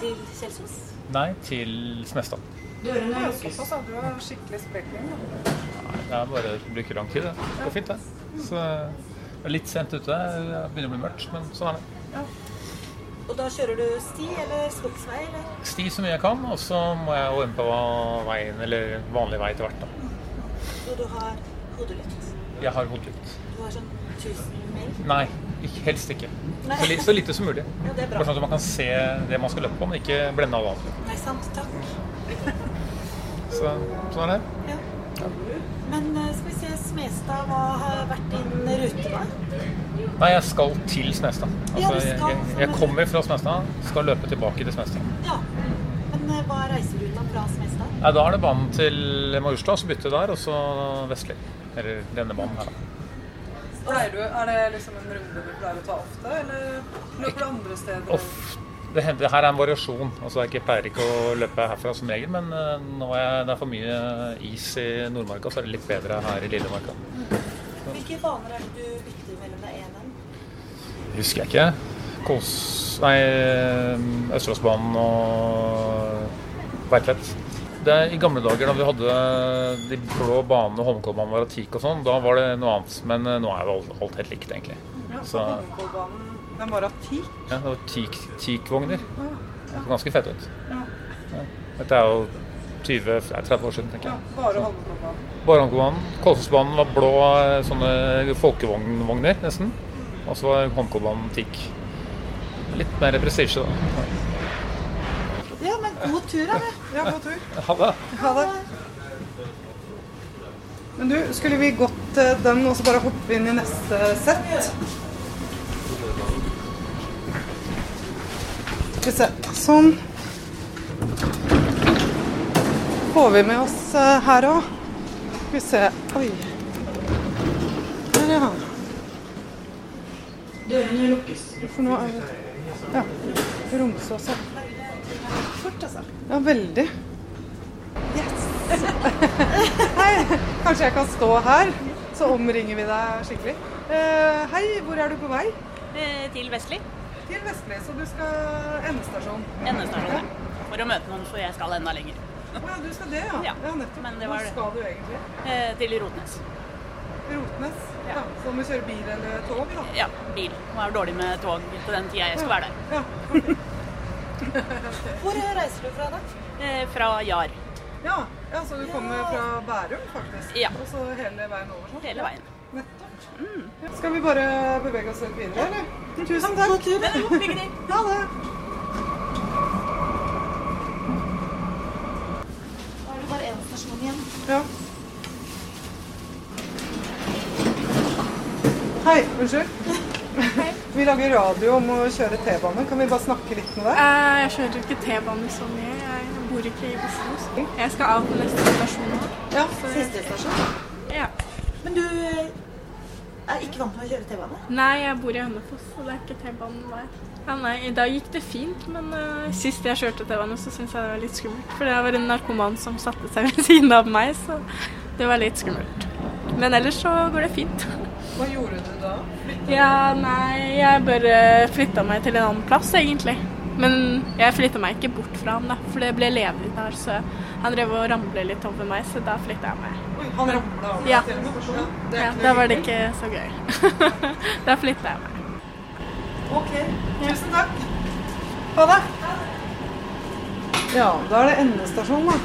Speaker 4: Til Kjelsås?
Speaker 20: Nei, til Smestad.
Speaker 4: Dørene er lukket. Såpass, da. du har skikkelig sprekning. da.
Speaker 20: Nei, Det er bare å bruke lang tid. Det Det går fint, det. Så jeg er litt sent ute. Det begynner å bli mørkt, men sånn er det.
Speaker 5: Og da kjører du sti eller skogsvei, eller?
Speaker 20: Sti så mye jeg kan, og så må jeg ordne på hva veien, eller vanlig vei etter hvert. da.
Speaker 5: Så du har hodelykt.
Speaker 20: Jeg har hodelykt.
Speaker 5: Du har sånn 1000 mil.
Speaker 20: Nei, ikke, helst ikke.
Speaker 5: Nei.
Speaker 20: Så, li, så lite som mulig.
Speaker 5: [laughs] Ja, det er bra.
Speaker 20: Bare sånn at man kan se det man skal løpe på, men ikke blende av alt.
Speaker 5: Nei, sant. Takk.
Speaker 20: Så, sånn er det.
Speaker 5: Men eh, skal vi se, Smestad, hva har vært din rute, da?
Speaker 20: Nei, jeg skal til Smestad.
Speaker 5: Ja,
Speaker 20: Altså,
Speaker 5: du
Speaker 20: jeg,
Speaker 5: skal.
Speaker 20: jeg, jeg kommer fra Smestad, skal løpe tilbake til Smestad.
Speaker 5: Ja. Men eh, hva er reiseruta fra Smestad?
Speaker 20: Nei, da er det banen til Majorstad, så bytte der, og så vestlig. Eller denne banen her, da.
Speaker 4: Pleier du, er det liksom en runde du pleier å ta ofte, eller løper du andre steder?
Speaker 20: Off. Det, hender- det her er en variasjon. Altså, jeg ikke- pleier ikke å løpe herfra som regel, men eh, nå er det er for mye is i Nordmarka, så er det litt bedre her i Lillemarka.
Speaker 5: Hvilke baner er det du bytter mellom deg en og en?
Speaker 20: Husker jeg ikke. Kos... Nei, Østeråsbanen og Veitvet. Det, er I gamle dager da vi hadde de blå banene, Holmenkollbanen, Varatik og sånn, da var det noe annet. Men eh, nå er jo alt, alt helt likt, egentlig.
Speaker 4: Ja,
Speaker 20: Så
Speaker 4: så Holmenkollbanen, den var av ti.
Speaker 20: ja, det var teak, teakvogner.
Speaker 4: Ja,
Speaker 20: Det var ganske fett ut.
Speaker 4: ja.
Speaker 20: Ja. Dette er jo 20-30 år siden, tenker
Speaker 4: ja
Speaker 20: jeg.
Speaker 4: bare Holmenkollbanen.
Speaker 20: Bare Holmenkollbanen. Kolsåsbanen var blå eh, sånne folkevognvogner, nesten. Og så var Holmenkollbanen teak. Litt mer prestisje, da.
Speaker 5: Ja, men god tur, da. du.
Speaker 4: Ja, god tur.
Speaker 20: Ha det.
Speaker 4: Ha det. Men du, skulle vi gått eh, den og så bare hoppe inn i neste sett? Skal vi se. Sånn. Får vi med oss eh, her òg? Skal vi se. Oi. Der, ja. Dørene lukkes. For nå er vi Ja. Romsås, ja. Fort, altså. Ja, veldig. [laughs] Hei, kanskje jeg kan stå her, så omringer vi deg skikkelig. Eh, hei, hvor er du på vei?
Speaker 21: Til Vestli.
Speaker 4: Til Vestli, så du skal endestasjon.
Speaker 21: Endestasjon, ja. For å møte noen, for jeg skal enda lenger.
Speaker 4: Å ja, du skal det, ja. Ja, nettopp.
Speaker 21: Men det
Speaker 4: Hvor
Speaker 21: var det.
Speaker 4: skal du egentlig?
Speaker 21: Eh, Til Rotnes.
Speaker 4: Rotnes. Ja. Så du må kjøre bil eller tog, da?
Speaker 21: Ja, bil. Det var dårlig med tog på den tida jeg skulle være der.
Speaker 4: Ja. [laughs]
Speaker 5: Hvor reiser du fra, da?
Speaker 21: Eh, Fra Jar.
Speaker 4: Ja, ja så du kommer fra Bærum, faktisk?
Speaker 21: Ja.
Speaker 4: Og så hele veien over? Sånn.
Speaker 21: Hele veien. Mm.
Speaker 4: Nettopp. Ja. Skal vi bare bevege oss litt videre, eller? Tusen takk.
Speaker 5: God tur.
Speaker 4: [laughs] Ha det.
Speaker 5: Da er det bare én stasjon igjen.
Speaker 4: Ja. Hei, unnskyld. [laughs] Vi lager radio om å kjøre T-bane. Kan vi bare snakke litt med deg?
Speaker 22: Eh, Jeg kjører ikke T-bane så mye. Jeg bor ikke i Oslo. så Jeg skal av på neste stasjon nå.
Speaker 5: Ja, siste stasjon.
Speaker 22: Ja.
Speaker 5: Men du eh, er ikke vant til å kjøre T-bane?
Speaker 22: Nei, jeg bor i Hønefoss, så det er ikke T-banen der. Ja, nei, I dag gikk det fint, men eh, sist jeg kjørte T-bane, så syntes jeg det var litt skummelt. For det var en narkoman som satte seg [laughs] ved siden av meg, så det var litt skummelt. Men ellers så går det fint.
Speaker 4: Hva gjorde du da?
Speaker 22: Ja, nei, jeg bare flytta meg til en annen plass, egentlig. Men jeg flytta meg ikke bort fra han, da, for det ble ledig der, så han drev og ramla litt over meg, så da flytta jeg meg.
Speaker 4: Oi, han ramla over
Speaker 22: Ja.
Speaker 4: til en stasjon. Det er
Speaker 22: Ja,
Speaker 4: ikke noe
Speaker 22: da var det
Speaker 4: hyggelig.
Speaker 22: ikke så gøy. da flytta jeg meg.
Speaker 4: OK. Tusen takk. Ha det. Ja, da er det endestasjon, da.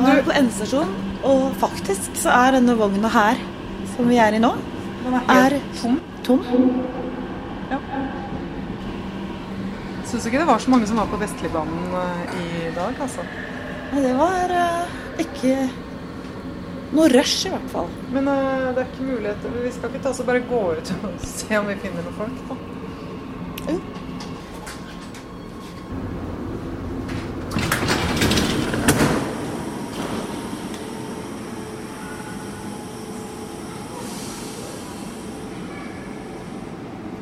Speaker 5: Nå er vi på endestasjon, og faktisk så er denne vogna her som vi er i nå, er tom. tom.
Speaker 4: Syns ikke det var så mange som var på Vestligbanen eh, i dag, altså.
Speaker 5: Og det var eh, ikke noe rush, i hvert fall.
Speaker 4: Men eh, det er ikke mulighet Vi skal ikke ta oss og bare gå ut og [laughs] se om vi finner noen folk, da.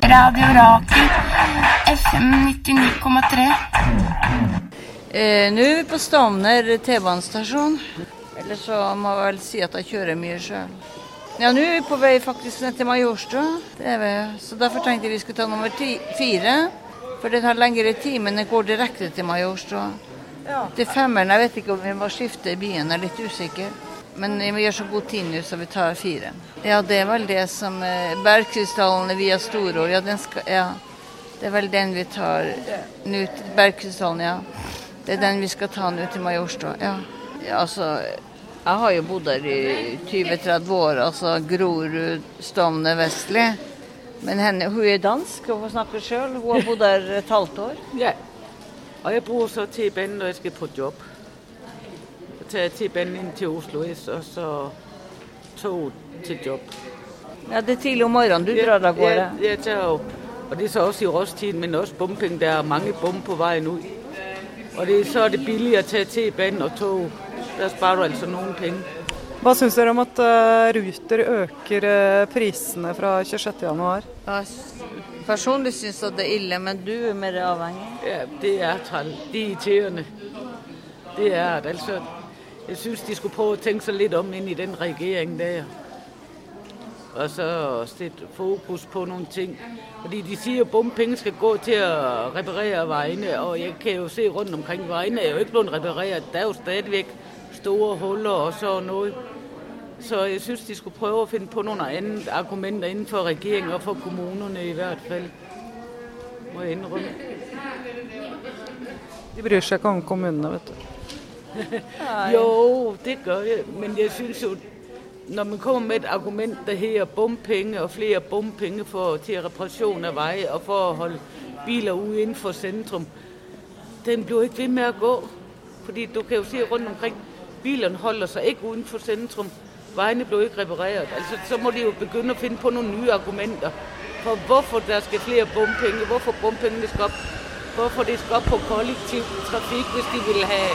Speaker 23: Radio Rakel. FM 99,3. Eh, Nå er vi på Stovner T-banestasjon. Eller så må jeg vel si at jeg kjører mye sjøl. Ja, nå er vi på vei faktisk ned til Majorstua. Det er vi. Så derfor tenkte jeg vi skulle ta nummer ti fire. For det tar lengre tid, men det går direkte til Majorstua.
Speaker 4: Ja.
Speaker 23: Til femmeren, jeg vet ikke om vi må skifte i byen, jeg er litt usikker. Men vi gjør så god tid nå, så vi tar fire. Ja, det er vel det som eh, Bergkrystallene via Storå, ja, den skal Ja. Det er vel den vi tar nå til Bergkrystallen, ja. Det er den vi skal ta nå til Majorstua, ja. ja. Altså, jeg har jo bodd her i 20-30 år, altså Grorud, Stovner, Vestli. Men henne, hun er dansk, og hun snakker sjøl. Hun har bodd her et halvt år.
Speaker 1: Ja. Og jeg bruger så T-banen, når jeg skal på job. Jeg tager T-banen ind til Oslo S, og så tog til job.
Speaker 23: Ja, det er tidlig om morgenen du drar av gårde.
Speaker 1: Ja, jeg tager jo. Og det er så også i rushtiden, men også bumping. Der er mange bum på vejen ud. Og det, er- så er det billigere at tage T-banen og tog. Der sparer du altså nogle penge.
Speaker 4: Hva syns dere om at eh, Ruter øker eh, prisene fra 26.1?
Speaker 23: Ja, s- Personlig syns jeg det er ille, men du er mer avhengig.
Speaker 1: Ja, det er træl. Det er irriterende. Det er det. Altså, jeg synes, de skulle prøve at tænke sig lidt om ind i den regering der. Og så sætte fokus på nogle ting. Fordi de siger, at bompenge skal gå til at reparere vejene. Og jeg kan jo se rundt omkring, vejene er jo ikke blevet repareret. Der er jo stadigvæk store huller og sådan noget. Så jeg synes, de skulle prøve at finde på nogle andre argumenter inden for regeringen og for kommunerne i hvert fald. Må jeg indrømme.
Speaker 4: De bryr seg ikke om kommunene, vet du.
Speaker 1: Jo, det gør jeg, men jeg synes jo, når man kommer med et argument, der hedder bompenge og flere bompenge for, til reparation af veje og for at holde biler ude inden for centrum, den bliver ikke ved med at gå. Fordi du kan jo se rundt omkring, bilerne holder sig ikke uden for centrum. Vejene blev ikke repareret. Altså, så må de jo begynde at finde på nogle nye argumenter for, hvorfor der skal flere bompenge, hvorfor bompengene skal op, hvorfor det skal op på kollektiv trafik, hvis de vil have,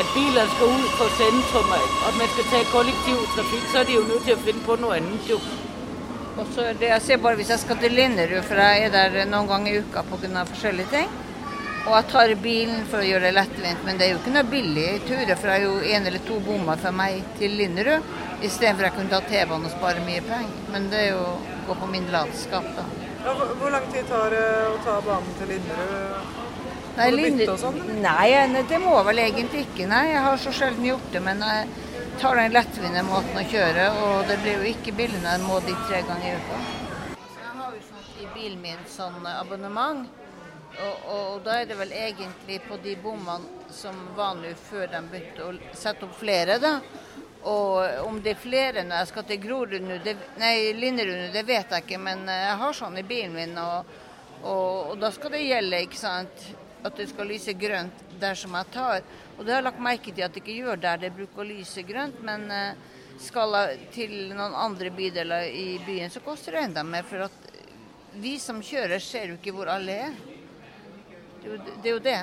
Speaker 1: at bilerne skal ud på centrum, og og man skal tage kollektiv trafik, så er de jo nødt til at finde på noget andet, jo.
Speaker 23: Og så er det, jeg ser bare hvis jeg skal til Linderud, for jeg er der noen ganger i uka pga. forskjellige ting. Og jeg tar bilen for å gjøre det lettvint, men det er jo ikke noe billig turer, for jeg er jo en eller to bommer fra meg til Linderud, istedenfor jeg kunne ta T-banen og spare mye penger. Men det er jo å gå på min latskap, da.
Speaker 4: Ja, hvor- hvor lang tid tar det å ta banen til Linderud?
Speaker 23: Nei,
Speaker 4: Må du bytte
Speaker 23: Linder-
Speaker 4: og sånn?
Speaker 23: nei, nei, det må vel egentlig ikke. Nei, jeg har så sjelden gjort det. Men jeg tar den lettvinte måten å kjøre, og det blir jo ikke billig når jeg må dit tre ganger i uka. Jeg har jo fått i bilen min sånn abonnement, og, og, og da er det vel egentlig på de bommene som var nå før de begynte å sette opp flere, da. Og om det er flere når jeg skal til Grorud nå, det- nei, Linderud nå, det vet jeg ikke, men eh, jeg har sånn i bilen min. og og, og da skal det gjelde, ikke sant, at det skal lyse grønt der som jeg tar. Og det har jeg lagt merke til at det ikke gjør der det bruker å lyse grønt, men eh, skal jeg til noen andre bydeler i byen, så koster det enda mer. For at vi som kjører, ser jo ikke hvor alle er. Det er jo det. Er jo det.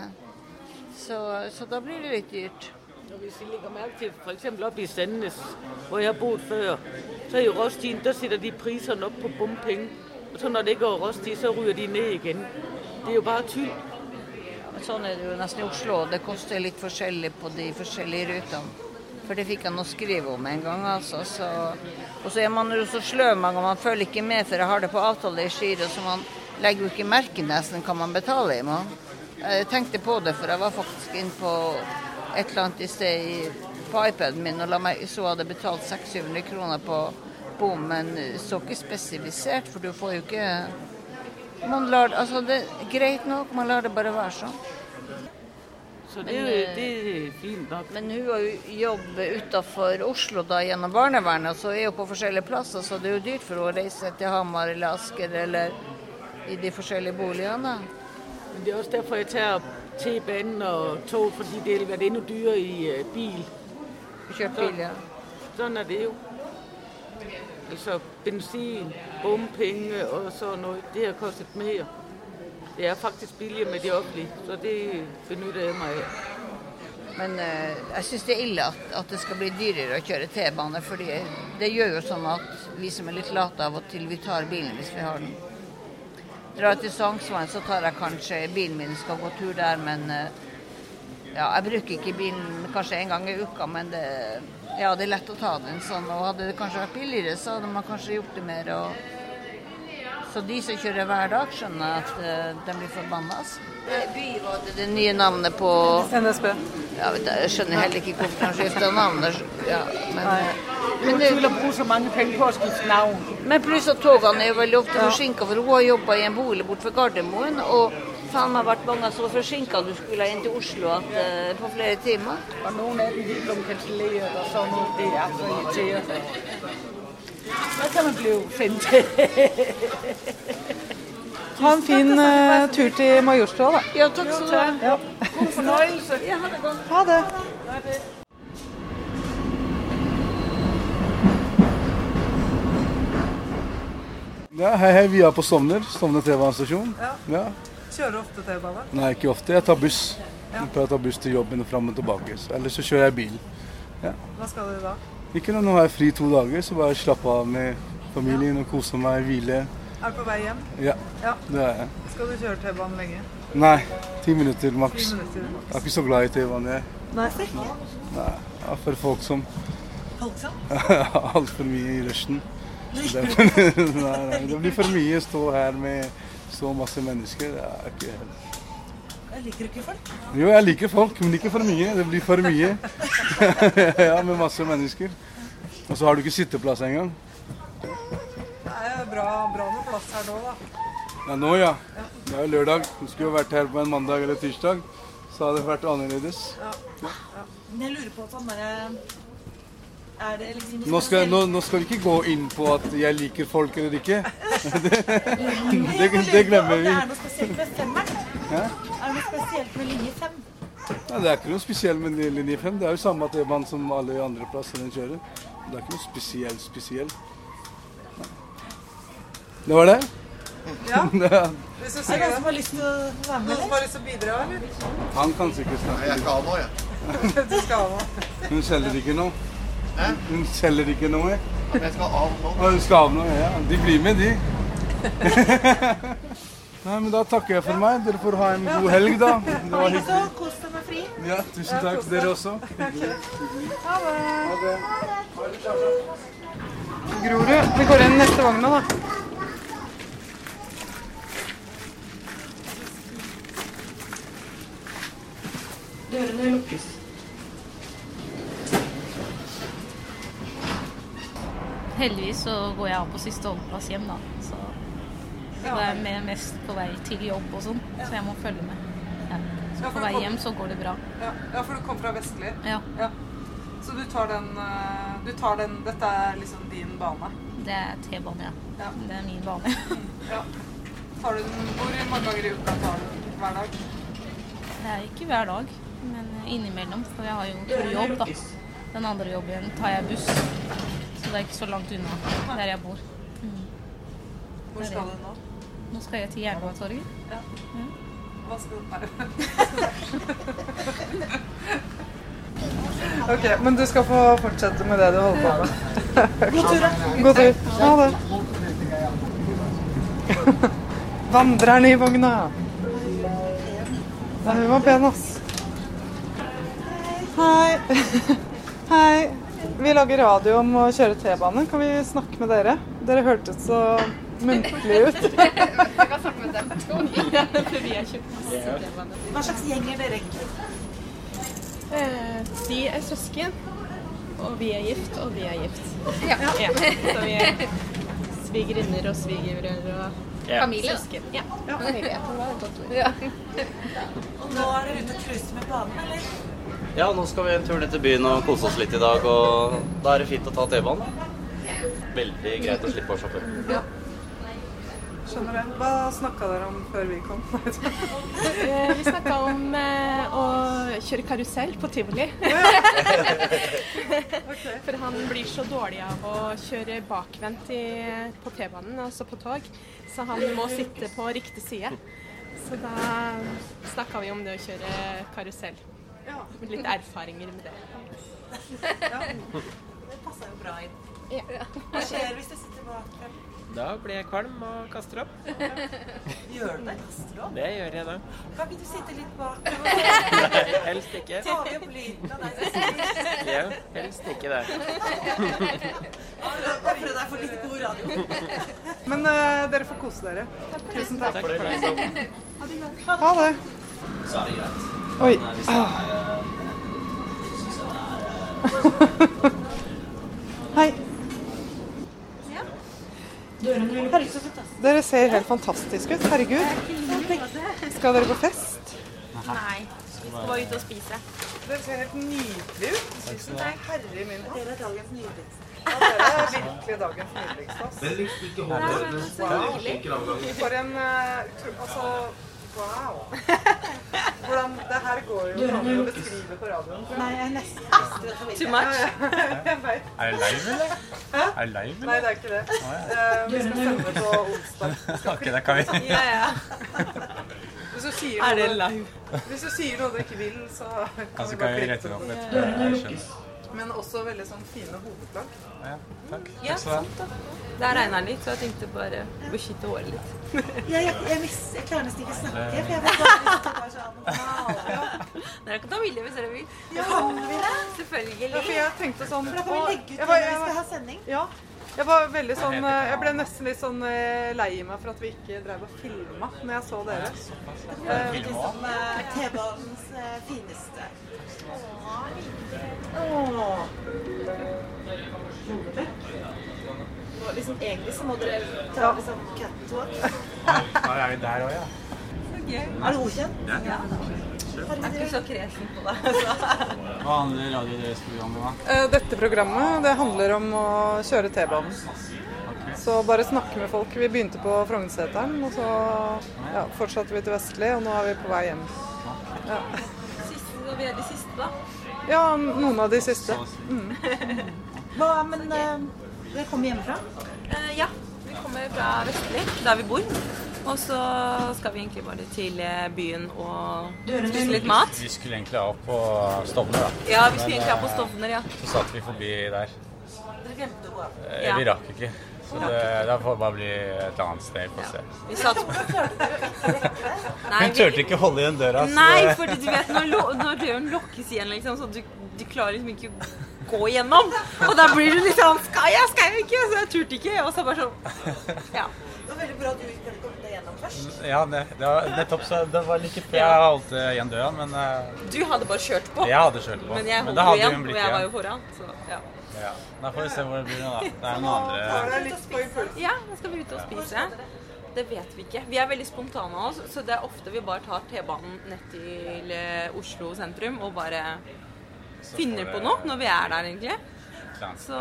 Speaker 23: Så, så da blir det litt dyrt.
Speaker 1: Og hvis I lægger mærke til, for eksempel oppe i Sandnes, hvor jeg har boet før, så i Rostien, der sætter de priserne op på bompenge. Og så når det ikke er Rostin, så ryger de ned igen. Det er jo bare tyld.
Speaker 23: Men sånn er det jo nesten i Oslo. og Det koster litt forskjellig på de forskjellige rutene. For det fikk han å skrive om en gang, altså. Så, og så er man jo så sløv mange ganger, man følger ikke med, for jeg har det på avtale i Skiro, så man legger jo ikke merke nesten hva man betaler i måneden. Jeg tenkte på det, for jeg var faktisk inne på et eller annet i sted i, på iPaden min og la meg, så hadde jeg betalt 600 kroner på bom, men så ikke spesifisert, for du får jo ikke man lar, altså det er greit nok, man lar det bare være sånn.
Speaker 1: Så
Speaker 23: Men,
Speaker 1: det,
Speaker 23: eh,
Speaker 1: det er fint nok.
Speaker 23: Men hun har jo jobb utafor Oslo da gjennom barnevernet, og så er hun på forskjellige plasser, så det er jo dyrt for henne å reise til Hamar eller Asker eller i de forskjellige boligene.
Speaker 1: Men det er også derfor, jeg tager T-banen og tog, fordi det ville været endnu dyrere i øh, bil.
Speaker 23: Kjørt bil, ja.
Speaker 1: Sådan er det jo. Altså benzin, bompenge og sådan noget, det har kostet mere. Det er faktisk billigere med de offentlige, så det benytter jeg mig af.
Speaker 23: Men eh, jeg syns det er ille at, at det skal bli dyrere å kjøre T-bane, for det gjør jo sånn at vi som er litt late av og til, vi tar bilen hvis vi har den. Drar jeg til Sognsvann, så tar jeg kanskje bilen min, skal gå tur der, men eh, Ja, jeg bruker ikke bilen kanskje en gang i uka, men det, ja, det er lett å ta den sånn. Og hadde det kanskje vært billigere, så hadde man kanskje gjort det mer. Og... Så de som kjører hver dag, skjønner at eh, de blir forbanna. Altså. Byrådet, det nye navnet på
Speaker 4: NSB.
Speaker 23: Ja, vet du, jeg skjønner heller ikke hvorfor de skifter navn. Det er så- Ja, men, eh,
Speaker 4: Men det er tull å bruke så mange penger på å skifte navn.
Speaker 23: men pluss at togene er jo veldig ofte
Speaker 4: Ja.
Speaker 23: forsinka, for hun har jobba i en bolig borte ved Gardermoen. Og faen meg vært mange så forsinka du skulle inn til Oslo at, eh, på flere timer.
Speaker 4: Og noen av dem de ble kansellert og sånn. og Det er så irriterende. Da kan man bli sint.
Speaker 1: [laughs]
Speaker 4: Ha en fin
Speaker 5: altså.
Speaker 4: eh, tur til Majorstua, da.
Speaker 23: Ja, takk skal du ha.
Speaker 4: God fornøyelse. Ha det.
Speaker 16: Ja, hei, hei. Vi er på Stovner. Stovner T-banestasjon.
Speaker 4: Ja.
Speaker 16: Ja.
Speaker 4: Kjører du ofte T-bane?
Speaker 16: Nei, ikke ofte. Jeg tar buss.
Speaker 4: Ja.
Speaker 16: Jeg prøver å ta buss til jobben og fram og tilbake. Så- Ellers så kjører jeg bil. Ja.
Speaker 4: Hva skal du da?
Speaker 16: Ikke noe, Nå har jeg fri to dager, så bare slappe av med familien og kose meg, hvile.
Speaker 4: Er du på vei hjem?
Speaker 16: Ja,
Speaker 4: ja.
Speaker 16: det er jeg.
Speaker 4: Skal du kjøre T-banen lenge?
Speaker 16: Nei, ti minutter maks.
Speaker 4: Ti minutter maks.
Speaker 16: Jeg er ikke så glad i T-banen, jeg.
Speaker 4: Nei.
Speaker 16: Nei, jeg er for folksom. [laughs]
Speaker 4: Folksom?
Speaker 16: Altfor mye i rushen. Så Det, [laughs] nei, nei, det blir for mye å stå her med så masse mennesker. Det er ikke helt
Speaker 5: Jeg liker ikke folk.
Speaker 16: Jo, jeg liker folk, men ikke for mye. Det blir for mye. [laughs] ja, med masse mennesker. Og så har du ikke sitteplass engang.
Speaker 4: Det er jo bra, bra med plass her nå, da.
Speaker 16: Ja, nå ja. Det er jo lørdag. Du skulle jo vært her på en mandag eller tirsdag. Så hadde det vært annerledes.
Speaker 5: Ja. Men jeg lurer på sånn derre Er det liksom
Speaker 16: Nå skal, nå, nå skal vi ikke gå inn på at jeg liker folk eller ikke. [laughs] Det, det, det glemmer vi.
Speaker 5: Det er noe spesielt med femmeren.
Speaker 16: Ja.
Speaker 5: Er det noe spesielt med linje fem?
Speaker 16: Ja, det er ikke noe spesielt med linje 5. Det er jo samme T-banen som alle andre plasser den kjører. Det er ikke noe spesielt spesielt. Det var det? [laughs]
Speaker 4: Ja. Hvis du
Speaker 5: Er det
Speaker 4: sier
Speaker 5: noen som
Speaker 4: det.
Speaker 5: har lyst til å være med?
Speaker 4: Noen som har lyst til å bidra, eller? [laughs]
Speaker 16: Han kan sikkert snakke. Jeg skal ha noe, jeg.
Speaker 4: du skal ha noe.
Speaker 16: Hun selger ikke noe. Hun selger ikke noe.
Speaker 24: Jeg skal av nå.
Speaker 16: Og hun skal av noe, ja. De blir med, de. Nei, men Da takker jeg for meg. Dere får ha en god helg,
Speaker 5: [laughs]
Speaker 16: da. Det var
Speaker 5: Likeså.
Speaker 16: hyggelig.
Speaker 5: Kos deg med fri.
Speaker 16: Ja, tusen takk. Dere også.
Speaker 5: Ha det.
Speaker 4: Grorud. Vi går inn i neste vogn nå, da.
Speaker 25: Dørene lukkes.
Speaker 26: Heldigvis så går jeg av på siste holdeplass hjem, da. Så så går jeg med mest på vei til jobb og sånn, så jeg må følge med. Ja.
Speaker 4: Ja,
Speaker 26: Så
Speaker 4: for
Speaker 26: på
Speaker 4: du
Speaker 26: vei
Speaker 4: kom-
Speaker 26: hjem så går det bra.
Speaker 4: Ja, ja for du kom fra Vestli?
Speaker 26: Ja.
Speaker 4: Så du tar den eh, Du tar den Dette er liksom din bane?
Speaker 26: Det er T-bane, ja. Det er min bane. [laughs]
Speaker 4: Ja. Tar du den Hvor mange ganger i uka tar du den? Hver dag?
Speaker 26: Det er ikke hver dag, men innimellom, for jeg har jo to jobb, da. Den andre jobben tar jeg buss, så det er ikke så langt unna der jeg bor. Mm.
Speaker 4: Hvor
Speaker 26: Det er
Speaker 4: skal
Speaker 26: det.
Speaker 4: du nå?
Speaker 26: Nå skal jeg til Jernbanetorget.
Speaker 4: Ja. Hva skal du [laughs] OK, men du skal få fortsette med det du holder på [laughs] med. God tur, da. God tur. Ha det. [laughs] Vandreren i vogna. Nei, hun var pen, ass. Hei. [laughs] Hei. Vi lager radio om å kjøre T-bane. Kan vi snakke med dere? Dere hørtes så muntlige
Speaker 27: [laughs]
Speaker 4: ut.
Speaker 26: Jeg kan snakke med dem
Speaker 5: [laughs]
Speaker 26: to. For vi har kjøpt masse T-bane.
Speaker 5: Hva slags gjeng er dere egentlig?
Speaker 28: Eh, De er søsken, og vi er gift, og vi er gift.
Speaker 26: Ja.
Speaker 28: Så vi er svigerinner og svigerbrødre og
Speaker 26: Ja. Familie, da.
Speaker 28: søsken. Ja.
Speaker 26: Ja, familie. Jeg tror det er et godt ord.
Speaker 5: Og nå er dere ute og cruiser med planen, eller?
Speaker 28: [laughs]
Speaker 27: Ja, nå skal vi en tur ned til byen og kose oss litt i dag, og da er det fint å ta T-banen. Veldig greit å slippe å shoppe.
Speaker 4: Ja. Skjønner det. Hva snakka dere om før vi kom?
Speaker 28: Eh,
Speaker 27: [laughs]
Speaker 28: Vi snakka om eh, å kjøre karusell på tivoli. [laughs] For han blir så dårlig av å kjøre bakvendt i, på T-banen, altså på tog. Så han må sitte på riktig side. Så da snakka vi om det å kjøre karusell. Litt erfaringer med det.
Speaker 5: Ja. Det passer jo bra inn. Hva skjer hvis du sitter bak?
Speaker 24: Da blir jeg kvalm og kaster opp.
Speaker 5: Gjør du det? Kaster du opp?
Speaker 24: Det gjør
Speaker 5: [laughs]
Speaker 24: jeg da.
Speaker 5: Kan ikke du sitte litt bak?
Speaker 24: Nei, helst ikke.
Speaker 5: Tar vi opp lyden av deg som sitter?
Speaker 24: Ja, helst ikke det.
Speaker 5: Ofre deg for litt god radio.
Speaker 4: Men eh, dere får kose dere. Tusen takk.
Speaker 27: Takk for det. liksom.
Speaker 4: Ha det.
Speaker 27: Så er det greit.
Speaker 4: Oi. Ah.
Speaker 27: Men, eh, hvis det er, eh, hvis det er, eh,
Speaker 4: [laughs] Hei.
Speaker 5: Dørene lukkes.
Speaker 4: Dere ser helt fantastiske ut. Herregud. Skal dere på fest?
Speaker 28: Nei. Vi skal bare ut og spise.
Speaker 4: Dere ser helt nydelige ut.
Speaker 28: Tusen
Speaker 4: takk. Herre min hatt.
Speaker 5: Dere er dagens nydeligste.
Speaker 4: Ja, dere er virkelig dagens nydeligste. ass.
Speaker 27: Den likte ikke
Speaker 4: Nei,
Speaker 27: håndball.
Speaker 4: men
Speaker 27: Den
Speaker 4: så
Speaker 27: likte
Speaker 4: hyggelig.
Speaker 27: ikke håndball.
Speaker 4: For en eh, utro- Altså, wow. Hvordan Det her går jo ikke an å beskrive på radioen. tror jeg.
Speaker 5: Nei, jeg er nesten nesten rett og slett.
Speaker 4: Too much. Jeg vet.
Speaker 24: Er det live, eller?
Speaker 4: Hæ?
Speaker 24: Er det live,
Speaker 4: Nei,
Speaker 24: eller?
Speaker 4: det er ikke det.
Speaker 24: Å, ja.
Speaker 4: Eh, vi skal sende på
Speaker 24: [laughs]
Speaker 4: onsdag.
Speaker 24: ok, da kan vi.
Speaker 4: Ja, ja. Hvis du sier
Speaker 24: Er det
Speaker 4: noe-
Speaker 24: live?
Speaker 4: Hvis du sier noe du ikke vil, så kan
Speaker 24: Altså,
Speaker 4: vi
Speaker 24: kan
Speaker 4: bare
Speaker 24: vi
Speaker 4: klippe
Speaker 24: rette det opp
Speaker 4: det.
Speaker 24: litt? Jeg skjønner.
Speaker 4: Men også veldig sånn fine hodeplagg.
Speaker 24: Ja, takk.
Speaker 28: Ja,
Speaker 24: Takk skal
Speaker 28: sant
Speaker 24: du ha.
Speaker 28: da. Der regner det litt, så jeg tenkte bare beskytte håret litt. Eh.
Speaker 5: Jeg, jeg, jeg, mis, jeg klarer nesten ikke å snakke, for jeg vet bare hvis det var sånn
Speaker 28: [laughs]
Speaker 5: wow.
Speaker 28: Dere kan ta bilde hvis dere vil.
Speaker 5: Ja, kan vi det?
Speaker 28: Selvfølgelig.
Speaker 4: Ja, for jeg tenkte sånn
Speaker 5: For da får vi
Speaker 4: å,
Speaker 5: legge ut
Speaker 4: jeg var-
Speaker 5: det når vi
Speaker 4: jeg
Speaker 5: skal
Speaker 4: var-
Speaker 5: ha sending.
Speaker 4: Ja. Jeg var veldig sånn eh, Jeg ble nesten litt sånn eh, lei meg for at vi ikke drev og filma når jeg så dere.
Speaker 5: Det var faktisk sånn eh, T-banens eh, fineste. Åh. Og Liksom, egentlig så må dere ta liksom catwalk.
Speaker 24: Da er vi der òg, ja.
Speaker 5: Er du godkjent?
Speaker 24: Ja.
Speaker 5: Jeg er ikke så kresen på deg.
Speaker 28: altså.
Speaker 24: Hva handler radioen deres program om, da?
Speaker 4: Eh, Dette programmet det handler om å kjøre T-banen. Så bare snakke med folk. Vi begynte på Frognerseteren, og så ja, fortsatte vi til Vestli, og nå er vi på vei hjem. Ja,
Speaker 5: Siste, og vi er de siste, da.
Speaker 4: ja noen av de siste. Mm.
Speaker 5: Hva, men eh, dere kommer hjemmefra?
Speaker 28: Eh, ja, vi kommer fra Vestli, der vi bor. Og så skal vi egentlig bare til eh, byen og spise litt mat.
Speaker 24: Vi skulle egentlig av på Stovner, da.
Speaker 28: Ja, vi skulle
Speaker 24: Men,
Speaker 28: egentlig av på
Speaker 24: eh,
Speaker 28: Stovner, ja.
Speaker 24: Så satt vi forbi der.
Speaker 5: Dere glemte å gå av.
Speaker 24: Eh,
Speaker 28: Ja.
Speaker 24: Vi rakk ikke. Så
Speaker 28: Rakk
Speaker 24: det, da får det bare bli et annet sted. Vi får se.
Speaker 28: Vi satt [laughs] Nei,
Speaker 24: Hun turte ikke holde igjen døra. så
Speaker 28: Nei,
Speaker 24: det-
Speaker 28: for du vet når, lo- når døren lukkes igjen, liksom, så du, du klarer liksom ikke å gå igjennom. Og da blir du litt sånn Skal jeg, skal jeg ikke? Så jeg turte ikke. Og så bare sånn Ja.
Speaker 5: Det var veldig bra at du ikke kom deg gjennom først.
Speaker 24: [laughs] Ja, det, det var nettopp så det var like før jeg holdt eh, igjen døra, men eh,
Speaker 28: Du hadde bare kjørt på.
Speaker 24: Jeg hadde kjørt på.
Speaker 28: Men jeg
Speaker 24: Men
Speaker 28: holdt
Speaker 24: da
Speaker 28: jo
Speaker 24: hadde hun
Speaker 28: igjen,
Speaker 24: blikket
Speaker 28: og jeg var jo
Speaker 24: igjen.
Speaker 28: foran. Så ja.
Speaker 24: ja. Da får vi se hvor det blir nå, da. Det er noen
Speaker 4: Tar
Speaker 24: andre
Speaker 4: deg litt på impulsen.
Speaker 28: Ja, nå skal vi ut og spise. Det vet vi ikke. Vi er veldig spontane av oss, så det er ofte vi bare tar T-banen ned til eh, Oslo sentrum og bare
Speaker 24: Så
Speaker 28: finner
Speaker 24: får
Speaker 28: på
Speaker 24: det-
Speaker 28: noe når vi er der, egentlig.
Speaker 24: Klart.
Speaker 28: Så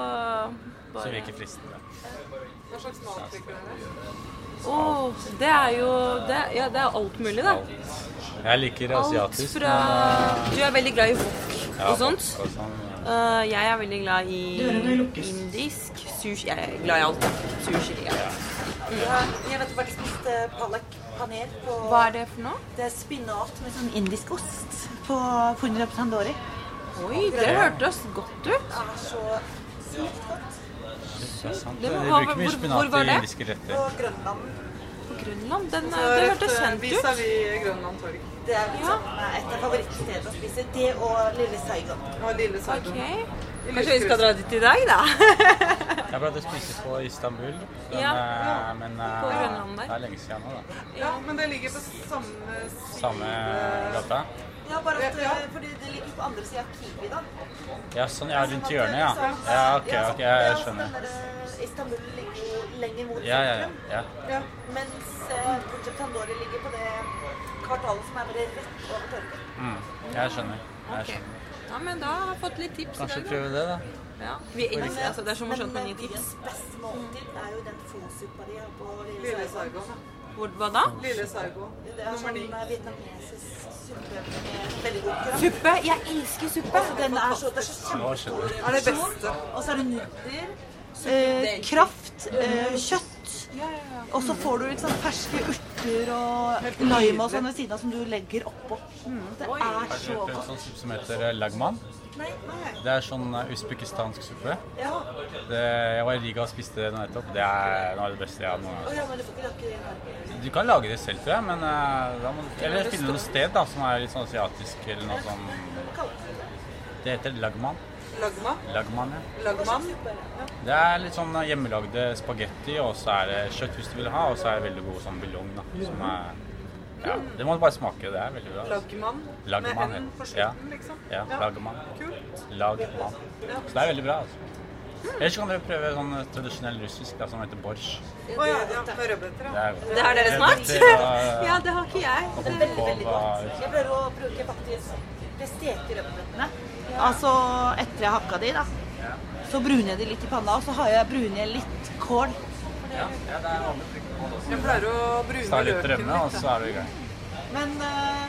Speaker 28: bare
Speaker 24: som virker fristende.
Speaker 4: Hva slags mat fikk [laughs] dere?
Speaker 28: Åh, det er jo det, Ja, det er alt mulig, da.
Speaker 24: Jeg liker asiatisk. eh,
Speaker 28: Fra Du er veldig glad i wok og sånt.
Speaker 24: Og sånn, ja.
Speaker 28: Eh, jeg er veldig glad i
Speaker 24: Dørene lukkes.
Speaker 28: indisk. Sushi. Jeg er glad i alt. Sushi. Ja.
Speaker 5: Ja, jeg vet faktisk spiste palak paner på
Speaker 28: Hva er det for noe?
Speaker 5: Det er spinat med sånn indisk ost på pundra på tandori.
Speaker 28: Oi, det hørtes godt ut.
Speaker 5: Det er så sykt godt.
Speaker 24: Det er sant.
Speaker 28: Det
Speaker 24: De
Speaker 28: var-
Speaker 24: bruker mye
Speaker 28: hvor- hvor
Speaker 24: spinat
Speaker 28: var
Speaker 24: i
Speaker 28: det?
Speaker 24: indiske retter.
Speaker 5: Grønland.
Speaker 28: På Grønland? Den, eh, det hørtes kjent ut.
Speaker 4: Grønland torg.
Speaker 5: Det er liksom eh, et av favorittstedene å spise. Det og Lille Saigon.
Speaker 4: Og Lille Saigon.
Speaker 28: Kanskje vi skal dra dit i dag, da?
Speaker 24: Jeg pleide å spise på Istanbul, men,
Speaker 28: Ja.
Speaker 24: eh, men eh,
Speaker 28: På Grønland der.
Speaker 24: det er lenge siden nå, da.
Speaker 4: Ja, men det ligger på samme
Speaker 24: Samme gata.
Speaker 5: Ja, bare at eh, fordi det ligger på andre sida av Kiwi, da.
Speaker 24: Ja, sånn, ja, rundt hjørnet,
Speaker 5: eh,
Speaker 24: ja.
Speaker 5: sånn-
Speaker 24: Ja, ok, ok, jeg, jeg skjønner.
Speaker 5: Den der eh, Istanbul ligger jo lenger mot
Speaker 24: Ja, ja, ja. ja.
Speaker 5: Ja, Mens eh, Punjab Tandori ligger på det kvartalet som er bare rett over torget.
Speaker 24: Mm, jeg skjønner. Jeg
Speaker 28: Ok.
Speaker 24: skjønner.
Speaker 28: Ja, men da har jeg fått litt tips
Speaker 24: Kanskje
Speaker 28: i dag,
Speaker 24: prøve det, da.
Speaker 28: da. Ja. Vi er
Speaker 24: Hvorfor ikke?
Speaker 28: altså, det er så morsomt med nye
Speaker 5: Men, eh,
Speaker 28: tips.
Speaker 5: byens beste måltid er jo den fosuppa de har på
Speaker 4: Lille
Speaker 5: Lille
Speaker 4: Saigon.
Speaker 5: Saigon.
Speaker 28: Hvor, hva da?
Speaker 4: Lille Saigon.
Speaker 5: Det er
Speaker 4: Nummer
Speaker 5: sånn
Speaker 4: ni.
Speaker 5: eh, vietnamesisk suppe med veldig god krem.
Speaker 28: Suppe? Jeg elsker suppe!
Speaker 5: Altså, den er så, det er så
Speaker 24: Nå skjønner
Speaker 5: kjempestor.
Speaker 24: jeg.
Speaker 4: Er det beste.
Speaker 5: Og så er det nudler, eh, kraft, eh, kjøtt Og så får du ikke sant, ferske urter og lime og sånn ved siden av som du legger oppå. Det er
Speaker 24: Har du
Speaker 5: så
Speaker 24: prøvd
Speaker 5: godt.
Speaker 24: sånn suppe som heter eh, lagman?
Speaker 5: Nei, nei.
Speaker 24: Det er sånn eh, usbekistansk suppe.
Speaker 5: Ja.
Speaker 24: Det, jeg var i Riga og spiste det nå nettopp. Det er noe av det beste jeg har noen
Speaker 5: Å,
Speaker 24: gang.
Speaker 5: ja, men du får ikke rakke det inn her.
Speaker 24: Du kan lage det selv, tror jeg, men eh, da må du Eller finne noe sted da, som er litt sånn asiatisk eller noe sånn
Speaker 5: Hva kaller du det?
Speaker 24: Det heter lagman.
Speaker 5: Lagma?
Speaker 24: Lagman, ja.
Speaker 5: Lagman?
Speaker 24: Det er litt sånn hjemmelagde spagetti, og så er det kjøtt hvis du vil ha, og så er det veldig god sånn buljong, da. Som er Ja,
Speaker 5: Mm.
Speaker 24: det må du bare smake. Det er veldig bra.
Speaker 4: Lagman?
Speaker 24: Lagman,
Speaker 4: Med N
Speaker 24: ja.
Speaker 4: på slutten,
Speaker 24: ja.
Speaker 4: liksom?
Speaker 24: Ja,
Speaker 4: Ja.
Speaker 24: lagman.
Speaker 4: Kult.
Speaker 24: Lagman.
Speaker 4: Ja. Hmm.
Speaker 24: Så det er veldig bra, altså. Ellers kan dere prøve sånn tradisjonell russisk da, som heter borsj.
Speaker 4: Å ja, ja, med rødbeter, ja.
Speaker 24: Det er- eh,
Speaker 5: Det har dere smakt?
Speaker 24: Det
Speaker 4: [laughs]
Speaker 24: var-
Speaker 5: ja, det har ikke jeg.
Speaker 24: Og
Speaker 5: Det er
Speaker 24: på
Speaker 5: veldig
Speaker 24: var-
Speaker 5: godt. Jeg pleier å bruke faktisk Jeg steker rødbetene. Altså etter jeg hakka de, da. Så bruner jeg de litt i panna, og så har jeg bruner jeg litt kål.
Speaker 4: Jeg pleier å brune
Speaker 24: Så er det litt
Speaker 4: løken litt.
Speaker 24: altså. rømme, og så er du i gang.
Speaker 5: Men eh,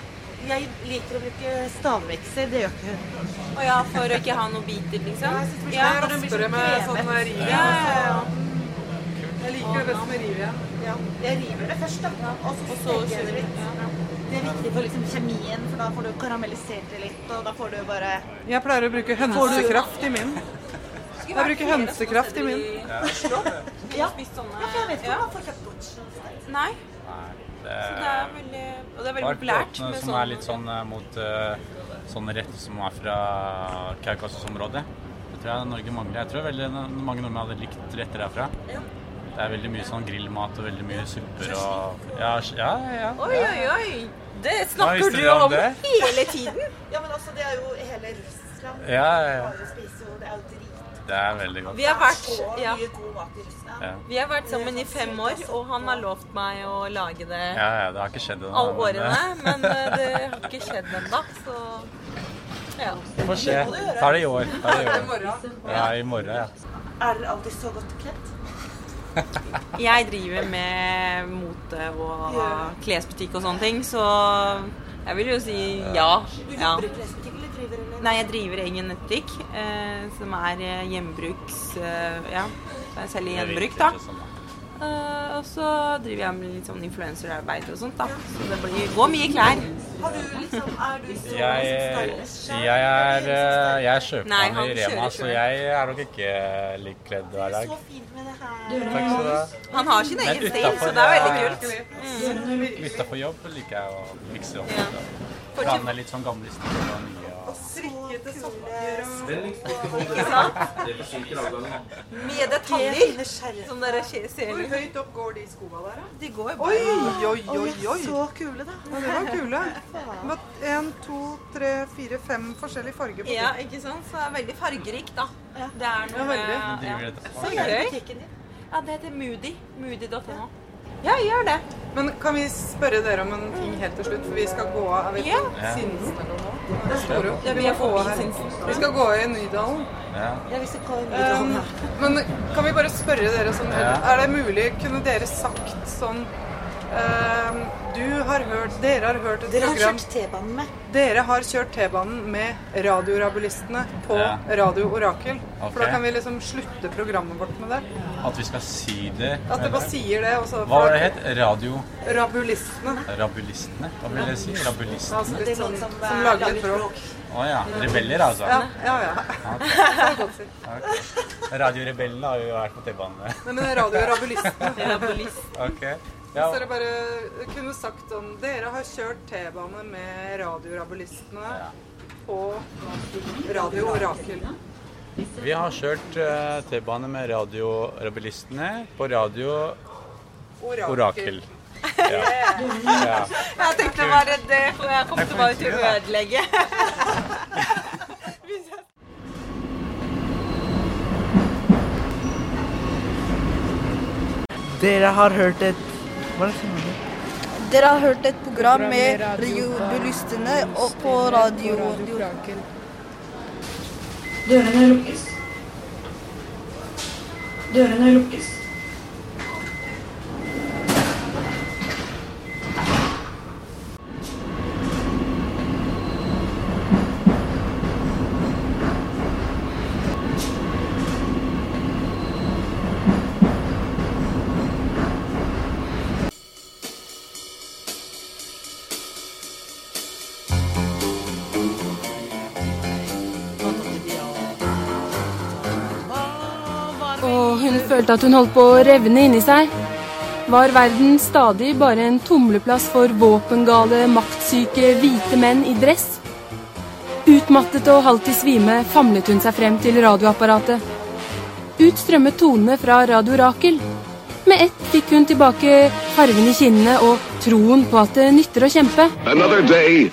Speaker 5: jeg liker å bruke stavmikser, det gjør ikke hun.
Speaker 28: Å ja, for å ikke ha noen biter, liksom?
Speaker 4: Ja, jeg rasper det med sånn med rive.
Speaker 5: Ja, ja, ja.
Speaker 4: Jeg liker det best med rive.
Speaker 5: altså. Ja, jeg river det først, da. Og så
Speaker 4: så
Speaker 5: steker jeg
Speaker 4: kjører
Speaker 5: det litt. Det er viktig for liksom kjemien, for da får du karamellisert det litt, og da får du bare
Speaker 4: Jeg pleier å bruke hønsekraft i min. Jeg bruker hønsekraft i min.
Speaker 5: sånn. Ja, Ja, for jeg vet ikke om man får kjøpt butchen et sted.
Speaker 28: Nei.
Speaker 24: Nei,
Speaker 28: Så det er veldig Og det er veldig
Speaker 24: Bare
Speaker 28: populært
Speaker 24: kåtene
Speaker 28: med
Speaker 24: Eh, som er
Speaker 28: sånn
Speaker 24: litt sånn eh, mot eh, sånn rett som er fra Kaukasus-området. Det tror jeg Norge mangler. Jeg tror veldig mange nordmenn hadde likt retter derfra. Det er veldig mye sånn grillmat og veldig mye supper og Ja, sj- ja, ja.
Speaker 28: Oi, oi, oi! Det
Speaker 24: Hva
Speaker 28: snakker
Speaker 24: visste
Speaker 28: du
Speaker 24: dere om
Speaker 28: om
Speaker 24: det?
Speaker 28: hele tiden!
Speaker 5: Ja, men også, det er jo hele Russland.
Speaker 24: Ja, ja, ja.
Speaker 5: Bare å spise, og det er jo dritgodt.
Speaker 24: Det er veldig godt.
Speaker 28: Vi har vært ja.
Speaker 5: Mye god mat i Russland.
Speaker 24: Ja.
Speaker 28: Vi har vært sammen i fem år, og han har lovt meg å lage det
Speaker 24: Ja, ja, det har ikke skjedd ennå.
Speaker 28: alle
Speaker 24: men,
Speaker 28: årene,
Speaker 24: eh,
Speaker 28: men eh, det
Speaker 24: [laughs]
Speaker 28: har ikke skjedd ennå, så ja.
Speaker 24: Få se. Tar det i år.
Speaker 28: [laughs]
Speaker 24: Tar det i år. Ja, i morgen, ja.
Speaker 5: Er dere alltid så godt kledd?
Speaker 28: Jeg driver med mote og klesbutikk og sånne ting, så jeg vil jo si ja.
Speaker 5: Du
Speaker 28: ja.
Speaker 5: jobber i klesbutikk, eller driver eller?
Speaker 28: Nei, jeg driver egen nettbutikk, eh, som er eh, gjenbruks... Eh, ja, så jeg selger gjenbruk, da.
Speaker 24: sånn-
Speaker 28: Eh, og så driver jeg med litt sånn influenserarbeid og sånt, da. Så det blir, går mye klær.
Speaker 5: Har du liksom, er du så
Speaker 24: Jeg,
Speaker 5: stylish selv?
Speaker 24: jeg er, eh, jeg
Speaker 28: Nei,
Speaker 24: er kjøpemann
Speaker 28: han
Speaker 24: i Rema,
Speaker 28: kjører
Speaker 24: så
Speaker 28: selv.
Speaker 24: jeg er nok ikke likt kledd hver dag. Takk skal du ha.
Speaker 28: Han har sin
Speaker 24: Men
Speaker 28: egen stil,
Speaker 24: utenfor-
Speaker 28: så det er
Speaker 24: ja,
Speaker 28: veldig kult. Mm.
Speaker 24: Utafor jobb liker jeg å mikse opp. da. Blande litt sånn gamle stiler og nye. og-
Speaker 5: Strikkete sokker
Speaker 28: Ikke sant?
Speaker 24: sånn.
Speaker 28: Med detaljer, Sånn som dere ser ser
Speaker 4: Hvor
Speaker 28: litt.
Speaker 4: høyt opp går de skoene der, da?
Speaker 28: De går
Speaker 4: Oi, oi, oi, oi.
Speaker 5: Så kule, da.
Speaker 4: Ja, det var kule. Det var En, to, tre, fire, fem forskjellige farger på
Speaker 28: Ja,
Speaker 4: dem.
Speaker 28: ikke sant? Så det er veldig fargerikt, da. Det er
Speaker 4: Ja,
Speaker 28: noe
Speaker 4: veldig.
Speaker 28: ja.
Speaker 4: Men driver dette på
Speaker 28: Så
Speaker 4: markedet?
Speaker 28: gøy. Ja, det heter Moody. Moody.no. Ja, gjør det.
Speaker 4: Men kan vi spørre dere om en ting helt til slutt? For vi skal gå av. Er vi
Speaker 28: Ja.
Speaker 4: på
Speaker 24: Ja.
Speaker 4: Sinsen eller noe? Det står jo.
Speaker 28: Ja, vi
Speaker 4: Vi
Speaker 28: er
Speaker 4: må gå
Speaker 28: forbi
Speaker 4: av her.
Speaker 28: Sinsen.
Speaker 4: Vi skal gå av i Nydalen.
Speaker 24: Ja.
Speaker 4: Um, men kan vi bare spørre dere sånn
Speaker 24: Ja.
Speaker 4: Er det mulig, kunne dere sagt sånn um, Du har hørt Dere har hørt et
Speaker 5: Dere har
Speaker 4: program
Speaker 5: kjørt T-banen med.
Speaker 4: Dere har kjørt T-banen med Radiorabulistene på
Speaker 24: Ja.
Speaker 4: Radio Orakel.
Speaker 24: Ok.
Speaker 4: For da kan vi liksom slutte programmet vårt med det.
Speaker 24: At vi skal si det
Speaker 4: At det bare sier det. Og så
Speaker 24: Hva var det het? Radio
Speaker 4: Rabulistene.
Speaker 24: Rabulistene? Hva vil det si?
Speaker 4: Altså
Speaker 24: Rabulistene?
Speaker 4: litt sånn som lager litt bråk.
Speaker 24: Å ja. Rebeller, altså.
Speaker 4: Ja, ja. ja.
Speaker 24: Ok.
Speaker 4: [laughs] Det kan jeg godt si.
Speaker 24: Ok. Radiorebellene har jo vært på T-banen.
Speaker 4: Nei, men
Speaker 24: [laughs]
Speaker 4: radiorabulistene. Rabulistene.
Speaker 24: Ok.
Speaker 4: Så
Speaker 24: Ja.
Speaker 4: dere bare kunne sagt om Dere har kjørt T-bane med Radiorabulistene på Radio Orakel.
Speaker 24: Vi har kjørt eh, T-bane med Radiorabulistene på Radio
Speaker 4: [laughs]
Speaker 28: [laughs]
Speaker 24: Orakel. Ja. Ja.
Speaker 28: Jeg tenkte bare det, for jeg kom til bare til å ødelegge.
Speaker 3: Dere har hørt et Hva er det som heter?
Speaker 7: Dere har hørt et program med
Speaker 3: Program med Radio-
Speaker 7: radiobulistene og på radio.
Speaker 12: Dørene lukkes. Dørene lukkes. og hun følte at hun holdt på å revne inni seg. Var verden stadig bare en tumleplass for våpengale, maktsyke, hvite menn i dress? Utmattet og halvt i svime famlet hun seg frem til radioapparatet. Ut strømmet tonene fra Radio Rakel. Med ett fikk hun tilbake farven i kinnene og troen på at det nytter å kjempe.
Speaker 5: Another day